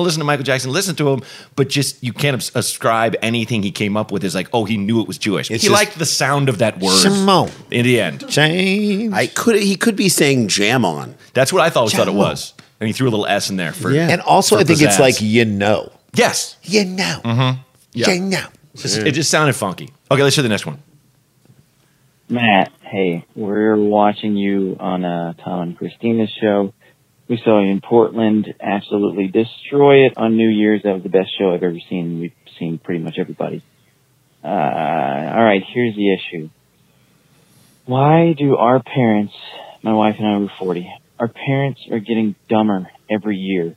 Speaker 2: to listen to Michael Jackson? Listen to him, but just you can't abs- ascribe anything he came up with as like, oh, he knew it was Jewish.
Speaker 3: It's
Speaker 2: he
Speaker 3: just-
Speaker 2: liked the sound of that word.
Speaker 3: Shimon.
Speaker 2: In the end,
Speaker 3: change.
Speaker 4: I could he could be saying jam on.
Speaker 2: that's what I thought, thought it
Speaker 3: Shimon.
Speaker 2: was, and he threw a little S in there for
Speaker 4: Yeah.
Speaker 3: and also
Speaker 2: for
Speaker 3: I think it's
Speaker 2: pizzazz.
Speaker 3: like you know.
Speaker 2: yes,
Speaker 3: You know.
Speaker 2: Yeah.
Speaker 3: You know.
Speaker 2: Just- it just sounded funky. Okay, let's hear the next one.
Speaker 8: Matt, hey, we're watching you on uh, Tom and Christina's show. We saw you in Portland absolutely destroy it on New Year's. That was the best show I've ever seen. We've seen pretty much everybody. Uh, all right, here's the issue. Why do our parents, my wife and I were 40, our parents are getting dumber every year.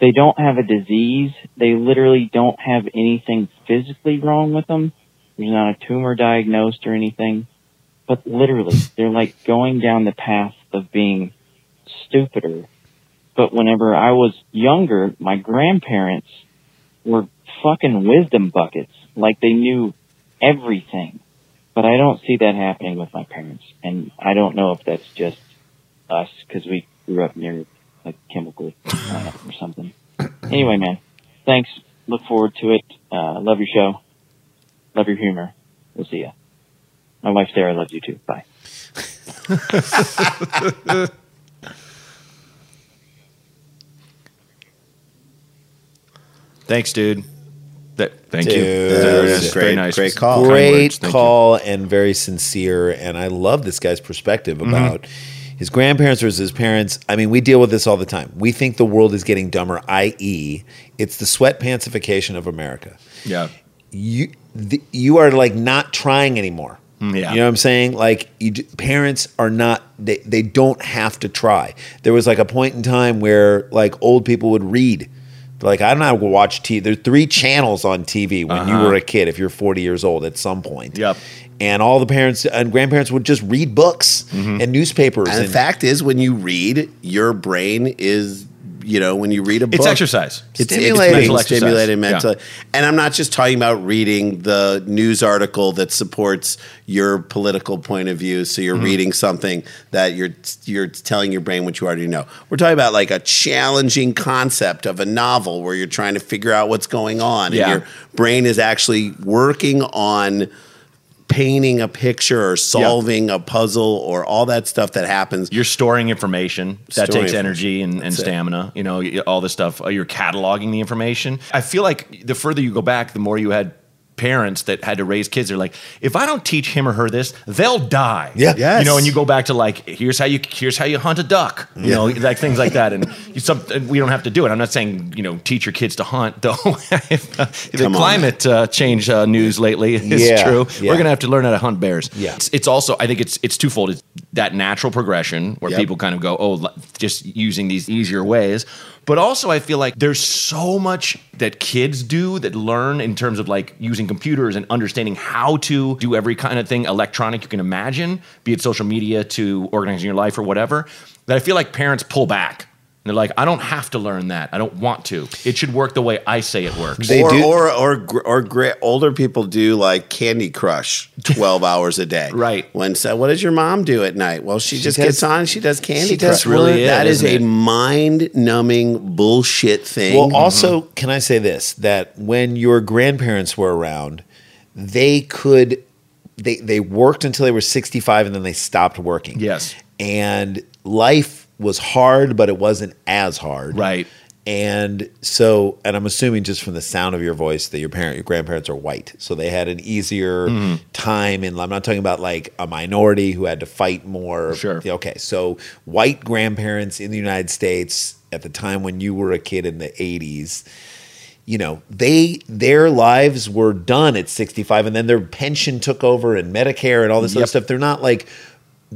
Speaker 8: They don't have a disease. They literally don't have anything physically wrong with them. There's not a tumor diagnosed or anything but literally, they're like going down the path of being stupider. But whenever I was younger, my grandparents were fucking wisdom buckets. Like they knew everything. But I don't see that happening with my parents. And I don't know if that's just us because we grew up near a chemical plant or something. Anyway, man, thanks. Look forward to it. Uh, love your show. Love your humor. We'll see ya. My wife Sarah loves you too. Bye.
Speaker 2: Thanks, dude. That, thank you.
Speaker 3: Dude.
Speaker 2: Very
Speaker 4: That's
Speaker 2: nice.
Speaker 4: great-
Speaker 2: Very nice.
Speaker 4: great call.
Speaker 2: Kind
Speaker 3: Great
Speaker 2: words. Thank you.
Speaker 3: call and very sincere. And I love this guy's perspective
Speaker 2: Mm-hmm.
Speaker 3: about his grandparents versus his parents. I mean, we deal with this all the time. We think the world is getting dumber, i.e., it's the sweatpantsification of America.
Speaker 2: Yeah.
Speaker 3: You, the, you are like not trying anymore.
Speaker 2: Mm, yeah.
Speaker 3: You know what I'm saying? Like you, d- parents are not they they don't have to try. There was like a point in time where like old people would read. Like I don't know, watch TV. There's three channels on TV when you
Speaker 2: Uh-huh.
Speaker 3: were a kid. If you're 40 years old, at some point,
Speaker 2: Yep.
Speaker 3: And all the parents and grandparents would just read books
Speaker 2: Mm-hmm.
Speaker 3: and newspapers.
Speaker 4: And the fact is, when you read, your brain is you know when you read a book,
Speaker 2: It's exercise.
Speaker 4: It's
Speaker 3: Stimulating.
Speaker 4: stimulating,
Speaker 2: Mental
Speaker 4: mental
Speaker 2: exercise.
Speaker 4: stimulating
Speaker 2: Yeah.
Speaker 4: mental. And I'm not just talking about reading the news article that supports your political point of view. So you're
Speaker 2: Mm-hmm.
Speaker 4: reading something that you're you're telling your brain what you already know. We're talking about like a challenging concept of a novel where you're trying to figure out what's going on,
Speaker 2: Yeah.
Speaker 4: and your brain is actually working on painting a picture or solving a puzzle or all that stuff that happens.
Speaker 2: you're storing information that
Speaker 4: Storing
Speaker 2: takes
Speaker 4: information.
Speaker 2: energy and, and stamina you know y- all this stuff Uh, you're cataloging the information i feel like the further you go back the more you had parents that had to raise kids they're like if i don't teach him or her this they'll die
Speaker 3: Yeah.
Speaker 2: you know
Speaker 4: Yes.
Speaker 2: and you go back to like here's how you here's how you hunt a duck you know like things like that and you some and we don't have to do it i'm not saying you know teach your kids to hunt though if, uh, the
Speaker 4: on.
Speaker 2: climate uh, change uh, news lately is
Speaker 3: Yeah.
Speaker 2: true
Speaker 3: Yeah.
Speaker 2: we're gonna have to learn how to hunt bears
Speaker 3: Yeah.
Speaker 2: it's, it's also i think it's it's twofold it's that natural progression where
Speaker 4: Yep.
Speaker 2: people kind of go, oh, l- just using these easier ways. But also, I feel like there's so much that kids do that learn in terms of like using computers and understanding how to do every kind of thing electronic you can imagine, be it social media to organizing your life or whatever, that I feel like parents pull back. they're like, I don't have to learn that. I don't want to. It should work the way I say it works.
Speaker 3: They
Speaker 4: or,
Speaker 3: do-
Speaker 4: or or gr- or gra- older people do like Candy Crush twelve hours a day.
Speaker 2: Right.
Speaker 4: When so, what does your mom do at night? Well, she, just
Speaker 3: does-
Speaker 4: gets on. and She does Candy
Speaker 2: She
Speaker 4: Crush.
Speaker 2: does really it,
Speaker 4: that is
Speaker 2: isn't
Speaker 4: a
Speaker 2: it?
Speaker 4: mind numbing bullshit thing.
Speaker 2: Mm-hmm.
Speaker 3: Well, also, can I say this? That when your grandparents were around, they could they they worked until they were 65 and then they stopped working.
Speaker 2: Yes.
Speaker 3: And life was hard, but it wasn't as hard.
Speaker 2: Right.
Speaker 3: And so, and I'm assuming just from the sound of your voice that your parent, your grandparents are white, so they had an easier
Speaker 2: Mm-hmm.
Speaker 3: time. And I'm not talking about like a minority who had to fight more.
Speaker 2: Sure.
Speaker 3: Okay, so white grandparents in the United States at the time when you were a kid in the 80s, you know, they their lives were done at 65, and then their pension took over and Medicare and all this other
Speaker 2: Yep.
Speaker 3: stuff. They're not like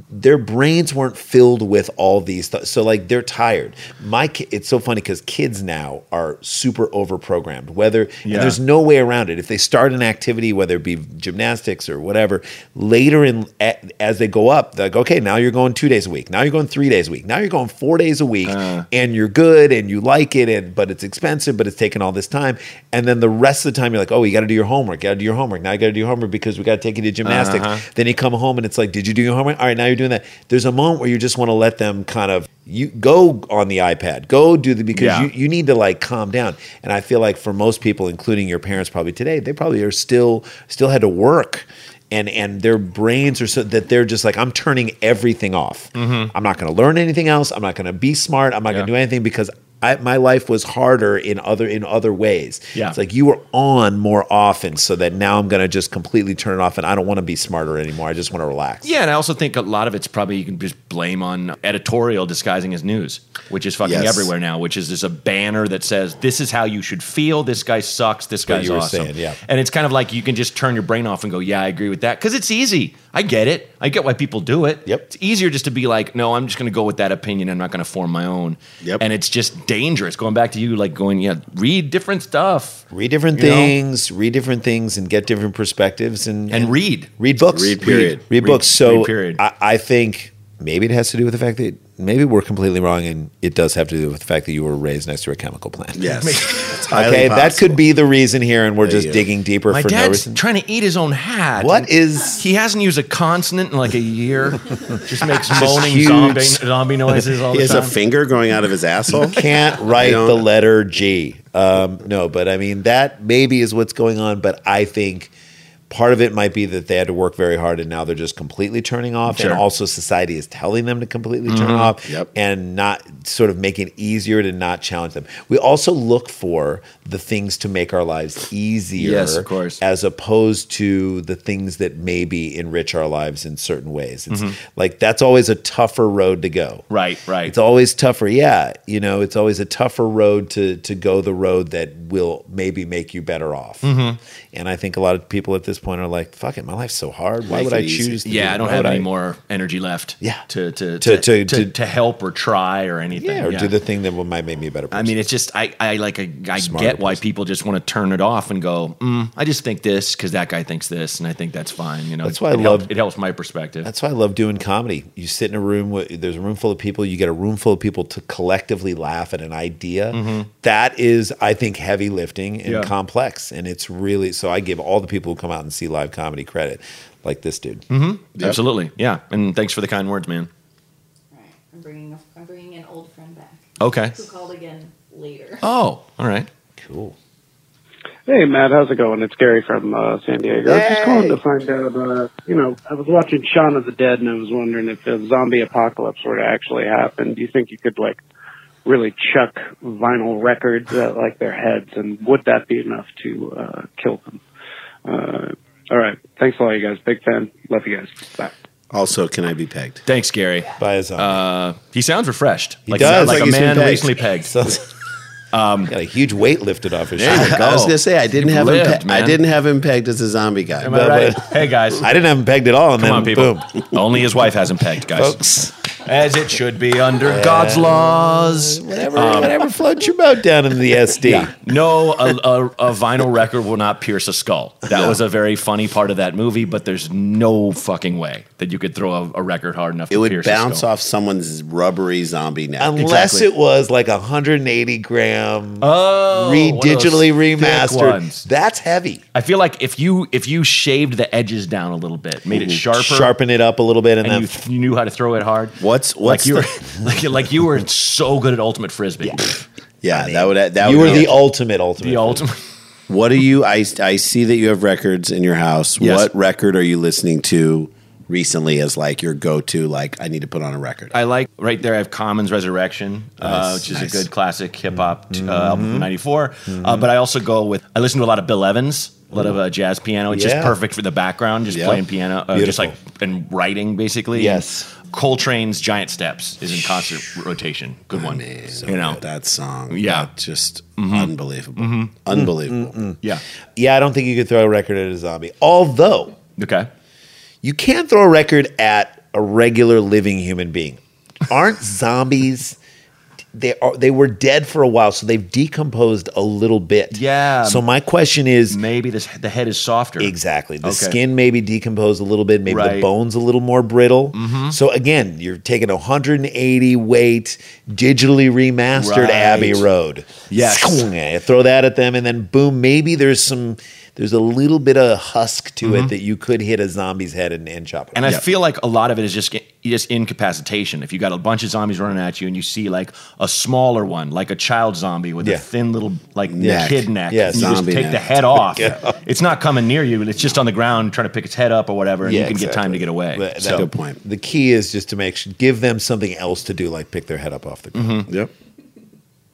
Speaker 3: their brains weren't filled with all these thoughts. So like they're tired. My ki- it's so funny because kids now are super over programmed. Whether
Speaker 2: Yeah.
Speaker 3: and there's no way around it. If they start an activity, whether it be gymnastics or whatever, later in a- as they go up, they're like okay, now you're going two days a week. Now you're going three days a week. Now you're going four days a week, and you're good and you like it. And but it's expensive, but it's taking all this time. And then the rest of the time, you're like, oh, you got to do your homework. Got to do your homework. Now you got to do your homework because we got to take you to gymnastics. Then you come home and it's like, did you do your homework? All right, now you're doing that. There's a moment where you just want to let them kind of you go on the iPad, go do the because
Speaker 2: Yeah.
Speaker 3: you, you need to like calm down. And I feel like for most people, including your parents, probably today, they probably are still still had to work. And, and their brains are so that they're just like I'm turning everything off. I'm not going to learn anything else. I'm not going to be smart. I'm not
Speaker 2: Mm-hmm.
Speaker 3: going
Speaker 2: Yeah.
Speaker 3: to do anything because I, my life was harder in other in other ways.
Speaker 2: Yeah.
Speaker 3: It's like you were on more often, so that now I'm going to just completely turn it off, and I don't want to be smarter anymore. I just want to relax.
Speaker 2: Yeah, and I also think a lot of it's probably you can just blame on editorial disguising as news, which is fucking
Speaker 4: Yes.
Speaker 2: everywhere now. Which is just a banner that says this is how you should feel. This guy sucks. This
Speaker 3: what
Speaker 2: guy's
Speaker 3: you were
Speaker 2: awesome.
Speaker 3: saying, yeah.
Speaker 2: and it's kind of like you can just turn your brain off and go, yeah, I agree with that because it's easy. I get it. I get why people do it.
Speaker 3: Yep.
Speaker 2: It's easier just to be like, no, I'm just going to go with that opinion. I'm not going to form my own.
Speaker 4: Yep.
Speaker 2: And it's just dangerous. Going back to you, like going, yeah, read different stuff
Speaker 3: Read different
Speaker 2: You know?
Speaker 3: things, read different things, and get different perspectives, and
Speaker 2: and read.
Speaker 3: read books.
Speaker 4: Read, period.
Speaker 3: Read, read
Speaker 2: Read-
Speaker 3: books. So
Speaker 2: read, period.
Speaker 3: I, I think maybe it has to do with the fact that maybe we're completely wrong, and it does have to do with the fact that you were raised next to a chemical plant.
Speaker 4: yes, It's highly
Speaker 3: Okay, that could
Speaker 4: possible.
Speaker 3: be the reason here, and we're just
Speaker 4: you go.
Speaker 3: digging deeper
Speaker 2: My
Speaker 3: for no
Speaker 2: dad's
Speaker 3: reason.
Speaker 2: trying to eat his own hat.
Speaker 3: What is
Speaker 2: He hasn't used a consonant in like a year. Just makes moaning
Speaker 3: huge.
Speaker 2: zombie, zombie noises all
Speaker 4: He
Speaker 2: the
Speaker 4: has a
Speaker 2: time.
Speaker 4: finger growing out of his asshole.
Speaker 3: can't write
Speaker 4: don't-
Speaker 3: the letter G. Um, no, but I mean that maybe is what's going on. But I think part of it might be that they had to work very hard, and now they're just completely turning off.
Speaker 2: Sure. Mm-hmm.
Speaker 3: And also, society is telling them to completely turn off,
Speaker 4: Yep.
Speaker 3: and not sort of make it easier to not challenge them. We also look for the things to make our lives easier,
Speaker 2: Yes, of course.
Speaker 3: as opposed to the things that maybe enrich our lives in certain ways. It's
Speaker 2: Mm-hmm.
Speaker 3: like that's always a tougher road to go.
Speaker 2: right, right.
Speaker 3: It's always tougher. Yeah, you know, it's always a tougher road to to go the road that will maybe make you better off.
Speaker 2: Mm-hmm.
Speaker 3: And I think a lot of people at this point are like, "Fuck it, my life's so hard. Why
Speaker 4: Make
Speaker 3: would
Speaker 4: it
Speaker 3: I
Speaker 4: easy."
Speaker 3: choose?" to do
Speaker 2: yeah,
Speaker 3: that?
Speaker 2: I don't
Speaker 3: Why
Speaker 2: have
Speaker 3: would
Speaker 2: any more energy left.
Speaker 3: Yeah.
Speaker 2: To to
Speaker 3: To-
Speaker 2: to to,
Speaker 3: to-
Speaker 2: to,
Speaker 3: to-
Speaker 2: help or try or anything.
Speaker 3: Yeah, or do the thing that will- might make me a better person.
Speaker 2: I mean, it's just I, I like I, I
Speaker 3: Smarter
Speaker 2: get why
Speaker 3: person.
Speaker 2: people just want to turn it off and go. Mm, I just think this because that guy thinks this, and I think that's fine. You know,
Speaker 3: That's why I
Speaker 2: it helps-
Speaker 3: love-
Speaker 2: it. Helps my perspective.
Speaker 3: That's why I love doing comedy. You sit in a room with there's a room full of people. You get a room full of people to collectively laugh at an idea. That is, I think, heavy lifting and
Speaker 2: Mm-hmm. Yeah.
Speaker 3: complex. And it's really so. I give all the people who come out and see live comedy credit, like this dude.
Speaker 2: Mm-hmm. Absolutely. Yeah, and thanks for the kind words, man.
Speaker 9: Alright, I'm bringing a, I'm bringing an old friend back
Speaker 2: Okay.
Speaker 9: who called again later.
Speaker 2: Oh, all right.
Speaker 3: Cool.
Speaker 6: Hey, Matt, how's it going? It's Gary from uh, San Diego. Just calling to find out, uh, you know, I was watching Shaun of the Dead and I was wondering if the zombie apocalypse were to actually happen, do you think you could, like, really chuck vinyl records at, like, their heads and would that be enough to uh, kill them? Uh, all right. Thanks a lot, you guys. Big fan. Love you guys. Bye.
Speaker 4: Also, can I be pegged?
Speaker 2: Thanks, Gary.
Speaker 3: By his own.
Speaker 2: Uh, he sounds refreshed. He like,
Speaker 3: does,
Speaker 2: like,
Speaker 3: like
Speaker 2: a
Speaker 3: he's been
Speaker 2: man
Speaker 3: pegged.
Speaker 2: recently pegged.
Speaker 3: So,
Speaker 2: Um,
Speaker 3: got a huge weight lifted off his
Speaker 2: There
Speaker 3: shoulder.
Speaker 2: you go.
Speaker 4: I was gonna say I didn't
Speaker 2: You
Speaker 4: have him.
Speaker 2: lived,
Speaker 4: Pe- I
Speaker 2: man.
Speaker 4: didn't have him pegged as a zombie guy.
Speaker 2: Am I right? Hey guys,
Speaker 3: I didn't have him pegged at all, and
Speaker 2: come
Speaker 3: then
Speaker 2: on, people.
Speaker 3: boom,
Speaker 2: Only his wife hasn't pegged, guys.
Speaker 3: folks.
Speaker 2: as it should be under God's laws.
Speaker 3: Whatever,
Speaker 2: Um,
Speaker 3: whatever floats your boat down in the SD.
Speaker 2: No, a, a, a vinyl record will not pierce a skull. That was a very funny part of that movie, but there's no fucking way that you could throw a, a record hard enough
Speaker 4: It
Speaker 2: to
Speaker 4: would
Speaker 2: pierce a
Speaker 4: bounce
Speaker 2: skull.
Speaker 4: off someone's rubbery zombie neck.
Speaker 3: Unless
Speaker 2: Exactly.
Speaker 3: it was like a 180 gram
Speaker 2: Oh,
Speaker 3: re
Speaker 2: one of those
Speaker 3: digitally
Speaker 2: thick
Speaker 3: remastered.
Speaker 2: ones.
Speaker 3: That's heavy.
Speaker 2: I feel like if you if you shaved the edges down a little bit, made it sharper,
Speaker 3: Sharpen it up a little bit, and,
Speaker 2: and
Speaker 3: then
Speaker 2: you, you knew how to throw it hard.
Speaker 4: What's
Speaker 2: like
Speaker 4: what's
Speaker 2: you were
Speaker 4: the-
Speaker 2: like, like you were so good at ultimate frisbee.
Speaker 4: yeah? that would that
Speaker 3: you
Speaker 4: would
Speaker 3: were
Speaker 4: be
Speaker 3: the
Speaker 4: it.
Speaker 3: ultimate ultimate.
Speaker 2: The ultimate.
Speaker 4: What are you? I I see that you have records in your house.
Speaker 2: Yes.
Speaker 4: What record are you listening to recently? As like your go to? Like I need to put on a record.
Speaker 2: I like right there. I have Common's Resurrection, uh,
Speaker 4: Nice,
Speaker 2: which is
Speaker 4: nice.
Speaker 2: a good classic hip hop t- uh, album from '94. Uh, but I also go with I listen to a lot of Bill Evans, a lot of uh, jazz piano. It's
Speaker 3: Yeah.
Speaker 2: just perfect for the background, just
Speaker 4: Yeah.
Speaker 2: playing piano, uh, just
Speaker 3: Beautiful.
Speaker 2: like and writing basically.
Speaker 3: Yes.
Speaker 2: Coltrane's Giant Steps is in concert rotation. Good one.
Speaker 4: So
Speaker 2: you know,
Speaker 4: good, that song.
Speaker 2: Yeah. Mm-hmm.
Speaker 4: That just unbelievable, unbelievable.
Speaker 2: yeah.
Speaker 3: Yeah, I don't think you could throw a record at a zombie. Although
Speaker 2: Okay.
Speaker 3: you can throw a record at a regular living human being. Aren't zombies? They are. They were dead for a while, so they've decomposed a little bit.
Speaker 2: Yeah.
Speaker 3: So my question is
Speaker 2: Maybe this the head is softer.
Speaker 3: exactly the
Speaker 2: Okay.
Speaker 3: skin maybe decomposed a little bit, maybe the
Speaker 2: Right. Mm-hmm.
Speaker 3: bones a little more brittle. So again, you're taking a 180 weight digitally remastered
Speaker 2: Right.
Speaker 3: Abbey Road.
Speaker 2: Yes.
Speaker 3: Yeah, throw that at them, and then boom, maybe there's some. There's a little bit of husk to it that you could hit a zombie's head and, and chop it.
Speaker 2: Mm-hmm. And
Speaker 3: up.
Speaker 2: I feel like a lot of it is just just incapacitation. If you got a bunch of zombies running at you, and you see like a smaller one, like a child zombie with
Speaker 3: Yeah.
Speaker 2: a thin little like
Speaker 4: Neck.
Speaker 2: kid neck,
Speaker 3: Yeah,
Speaker 2: and you just
Speaker 4: zombie
Speaker 2: take
Speaker 4: neck.
Speaker 2: the head off. It's not coming near you, but it's just on the ground trying to pick its head up or whatever, and
Speaker 3: Yeah,
Speaker 2: you can get time
Speaker 3: exactly.
Speaker 2: to get away.
Speaker 3: That-
Speaker 4: So-
Speaker 3: that-
Speaker 4: Good point.
Speaker 3: The key is just to make sure, give them something else to do, like pick their head up off the ground.
Speaker 2: Mm-hmm.
Speaker 4: Yep.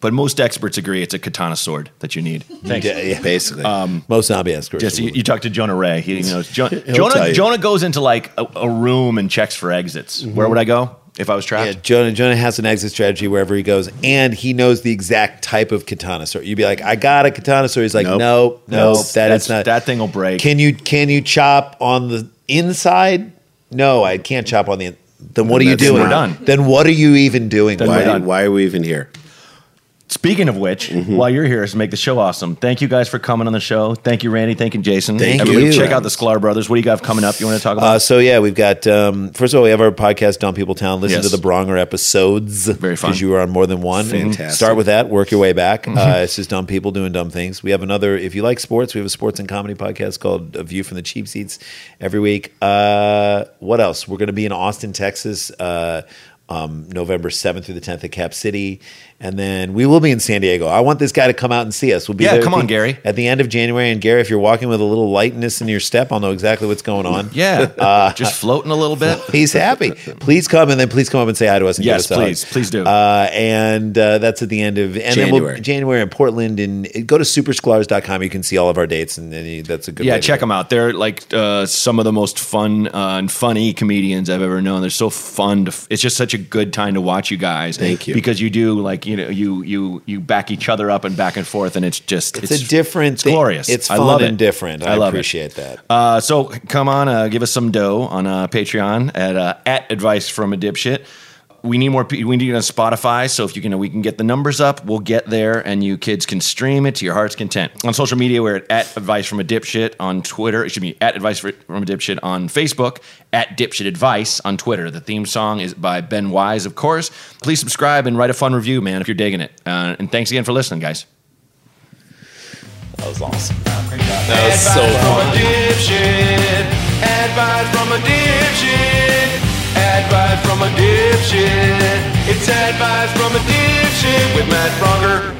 Speaker 2: But most experts agree it's a katana sword that you need. Thanks.
Speaker 3: Yeah, yeah. Um,
Speaker 4: Basically,
Speaker 3: Most zombie escorts.
Speaker 2: Yes, you, you talk to Jonah Ray. He knows Jo-
Speaker 4: tell
Speaker 2: Jonah.
Speaker 4: you.
Speaker 2: Jonah goes into like a, a room and checks for exits. Where would I go if I was trapped?
Speaker 3: Mm-hmm. Yeah, Jonah. Jonah has an exit strategy wherever he goes, and he knows the exact type of katana sword. You'd be like, "I got a katana sword." He's like,
Speaker 4: Nope.
Speaker 3: "No, no,
Speaker 2: That's-
Speaker 3: that
Speaker 2: that's-
Speaker 3: is not."
Speaker 2: That thing will break.
Speaker 3: can you can you chop on the inside? No, I can't chop on the. In- then what are you
Speaker 4: That's
Speaker 3: doing?
Speaker 4: not-
Speaker 2: We're done.
Speaker 3: Then what are you even doing?
Speaker 2: we're
Speaker 4: why,
Speaker 2: done.
Speaker 4: why are we even here?
Speaker 2: Speaking of which,
Speaker 3: Mm-hmm.
Speaker 2: while you're here, is to make the show awesome. Thank you guys for coming on the show. Thank you, Randy. Thank you, Jason.
Speaker 4: Thank
Speaker 2: Everybody
Speaker 4: you.
Speaker 2: Check out the Sklar Brothers. What do you have coming up? You want to talk about?
Speaker 3: Uh, so yeah, we've got. Um, first of all, we have our podcast, Dumb People Town. Listen
Speaker 2: Yes.
Speaker 3: to the Bronger episodes.
Speaker 2: Very fun. Mm-hmm.
Speaker 3: because you were on more than one. And
Speaker 4: Fantastic.
Speaker 3: Start with that. Work your way back. Uh, it's just dumb people doing dumb things. We have another. If you like sports, we have a sports and comedy podcast called A View from the Cheap Seats every week. Uh, what else? We're going to be in Austin, Texas. Uh, um, November 7th through the 10th at Cap City. And then we will be in San Diego. I want this guy to come out and see us. We'll be
Speaker 2: Yeah,
Speaker 3: there at
Speaker 2: come on,
Speaker 3: the-
Speaker 2: Gary.
Speaker 3: At the end of January. And Gary, if you're walking with a little lightness in your step, I'll know exactly what's going on.
Speaker 2: yeah,
Speaker 3: uh,
Speaker 2: just floating a little bit.
Speaker 3: He's happy. Please come and then please come up and say hi to us. And
Speaker 2: Yes,
Speaker 3: give us a hug.
Speaker 2: please. Please do.
Speaker 3: Uh, and uh, that's at the end of and Then
Speaker 4: January.
Speaker 3: we'll, January in Portland. And go to superscholars.com. You can see all of our dates, and then you, that's a good.
Speaker 2: Yeah,
Speaker 3: way to
Speaker 2: check
Speaker 3: go.
Speaker 2: them out. They're like uh, some of the most fun uh, and funny comedians I've ever known. They're so fun. To f- it's just such a good time to watch you guys.
Speaker 4: Thank you.
Speaker 2: Because you do like you know you you you back each other up and back and forth, and it's just
Speaker 3: It's, a different.
Speaker 2: It's
Speaker 3: thing.
Speaker 2: glorious.
Speaker 3: It's
Speaker 2: I
Speaker 3: fun
Speaker 2: love
Speaker 3: and
Speaker 2: it.
Speaker 3: different. I,
Speaker 2: I love it.
Speaker 3: appreciate that.
Speaker 2: Uh, so come on, uh, give us some dough on uh, Patreon at uh, at advice from a dipshit. We need more. pe- We need it on Spotify. So if you can, we can get the numbers up. We'll get there, and you kids can stream it to your heart's content. On social media, we're at, at advice from a dipshit on Twitter. It should be at advice from a dipshit on Facebook. At dipshit advice on Twitter. The theme song is by Ben Wise, of course. Please subscribe and write a fun review, man, if you're digging it. Uh, and thanks again for listening, guys.
Speaker 3: That was awesome.
Speaker 1: Advice from a dipshit. Advice from a dipshit. Advice from a dipshit. It's advice from a dipshit with Matt Bronger.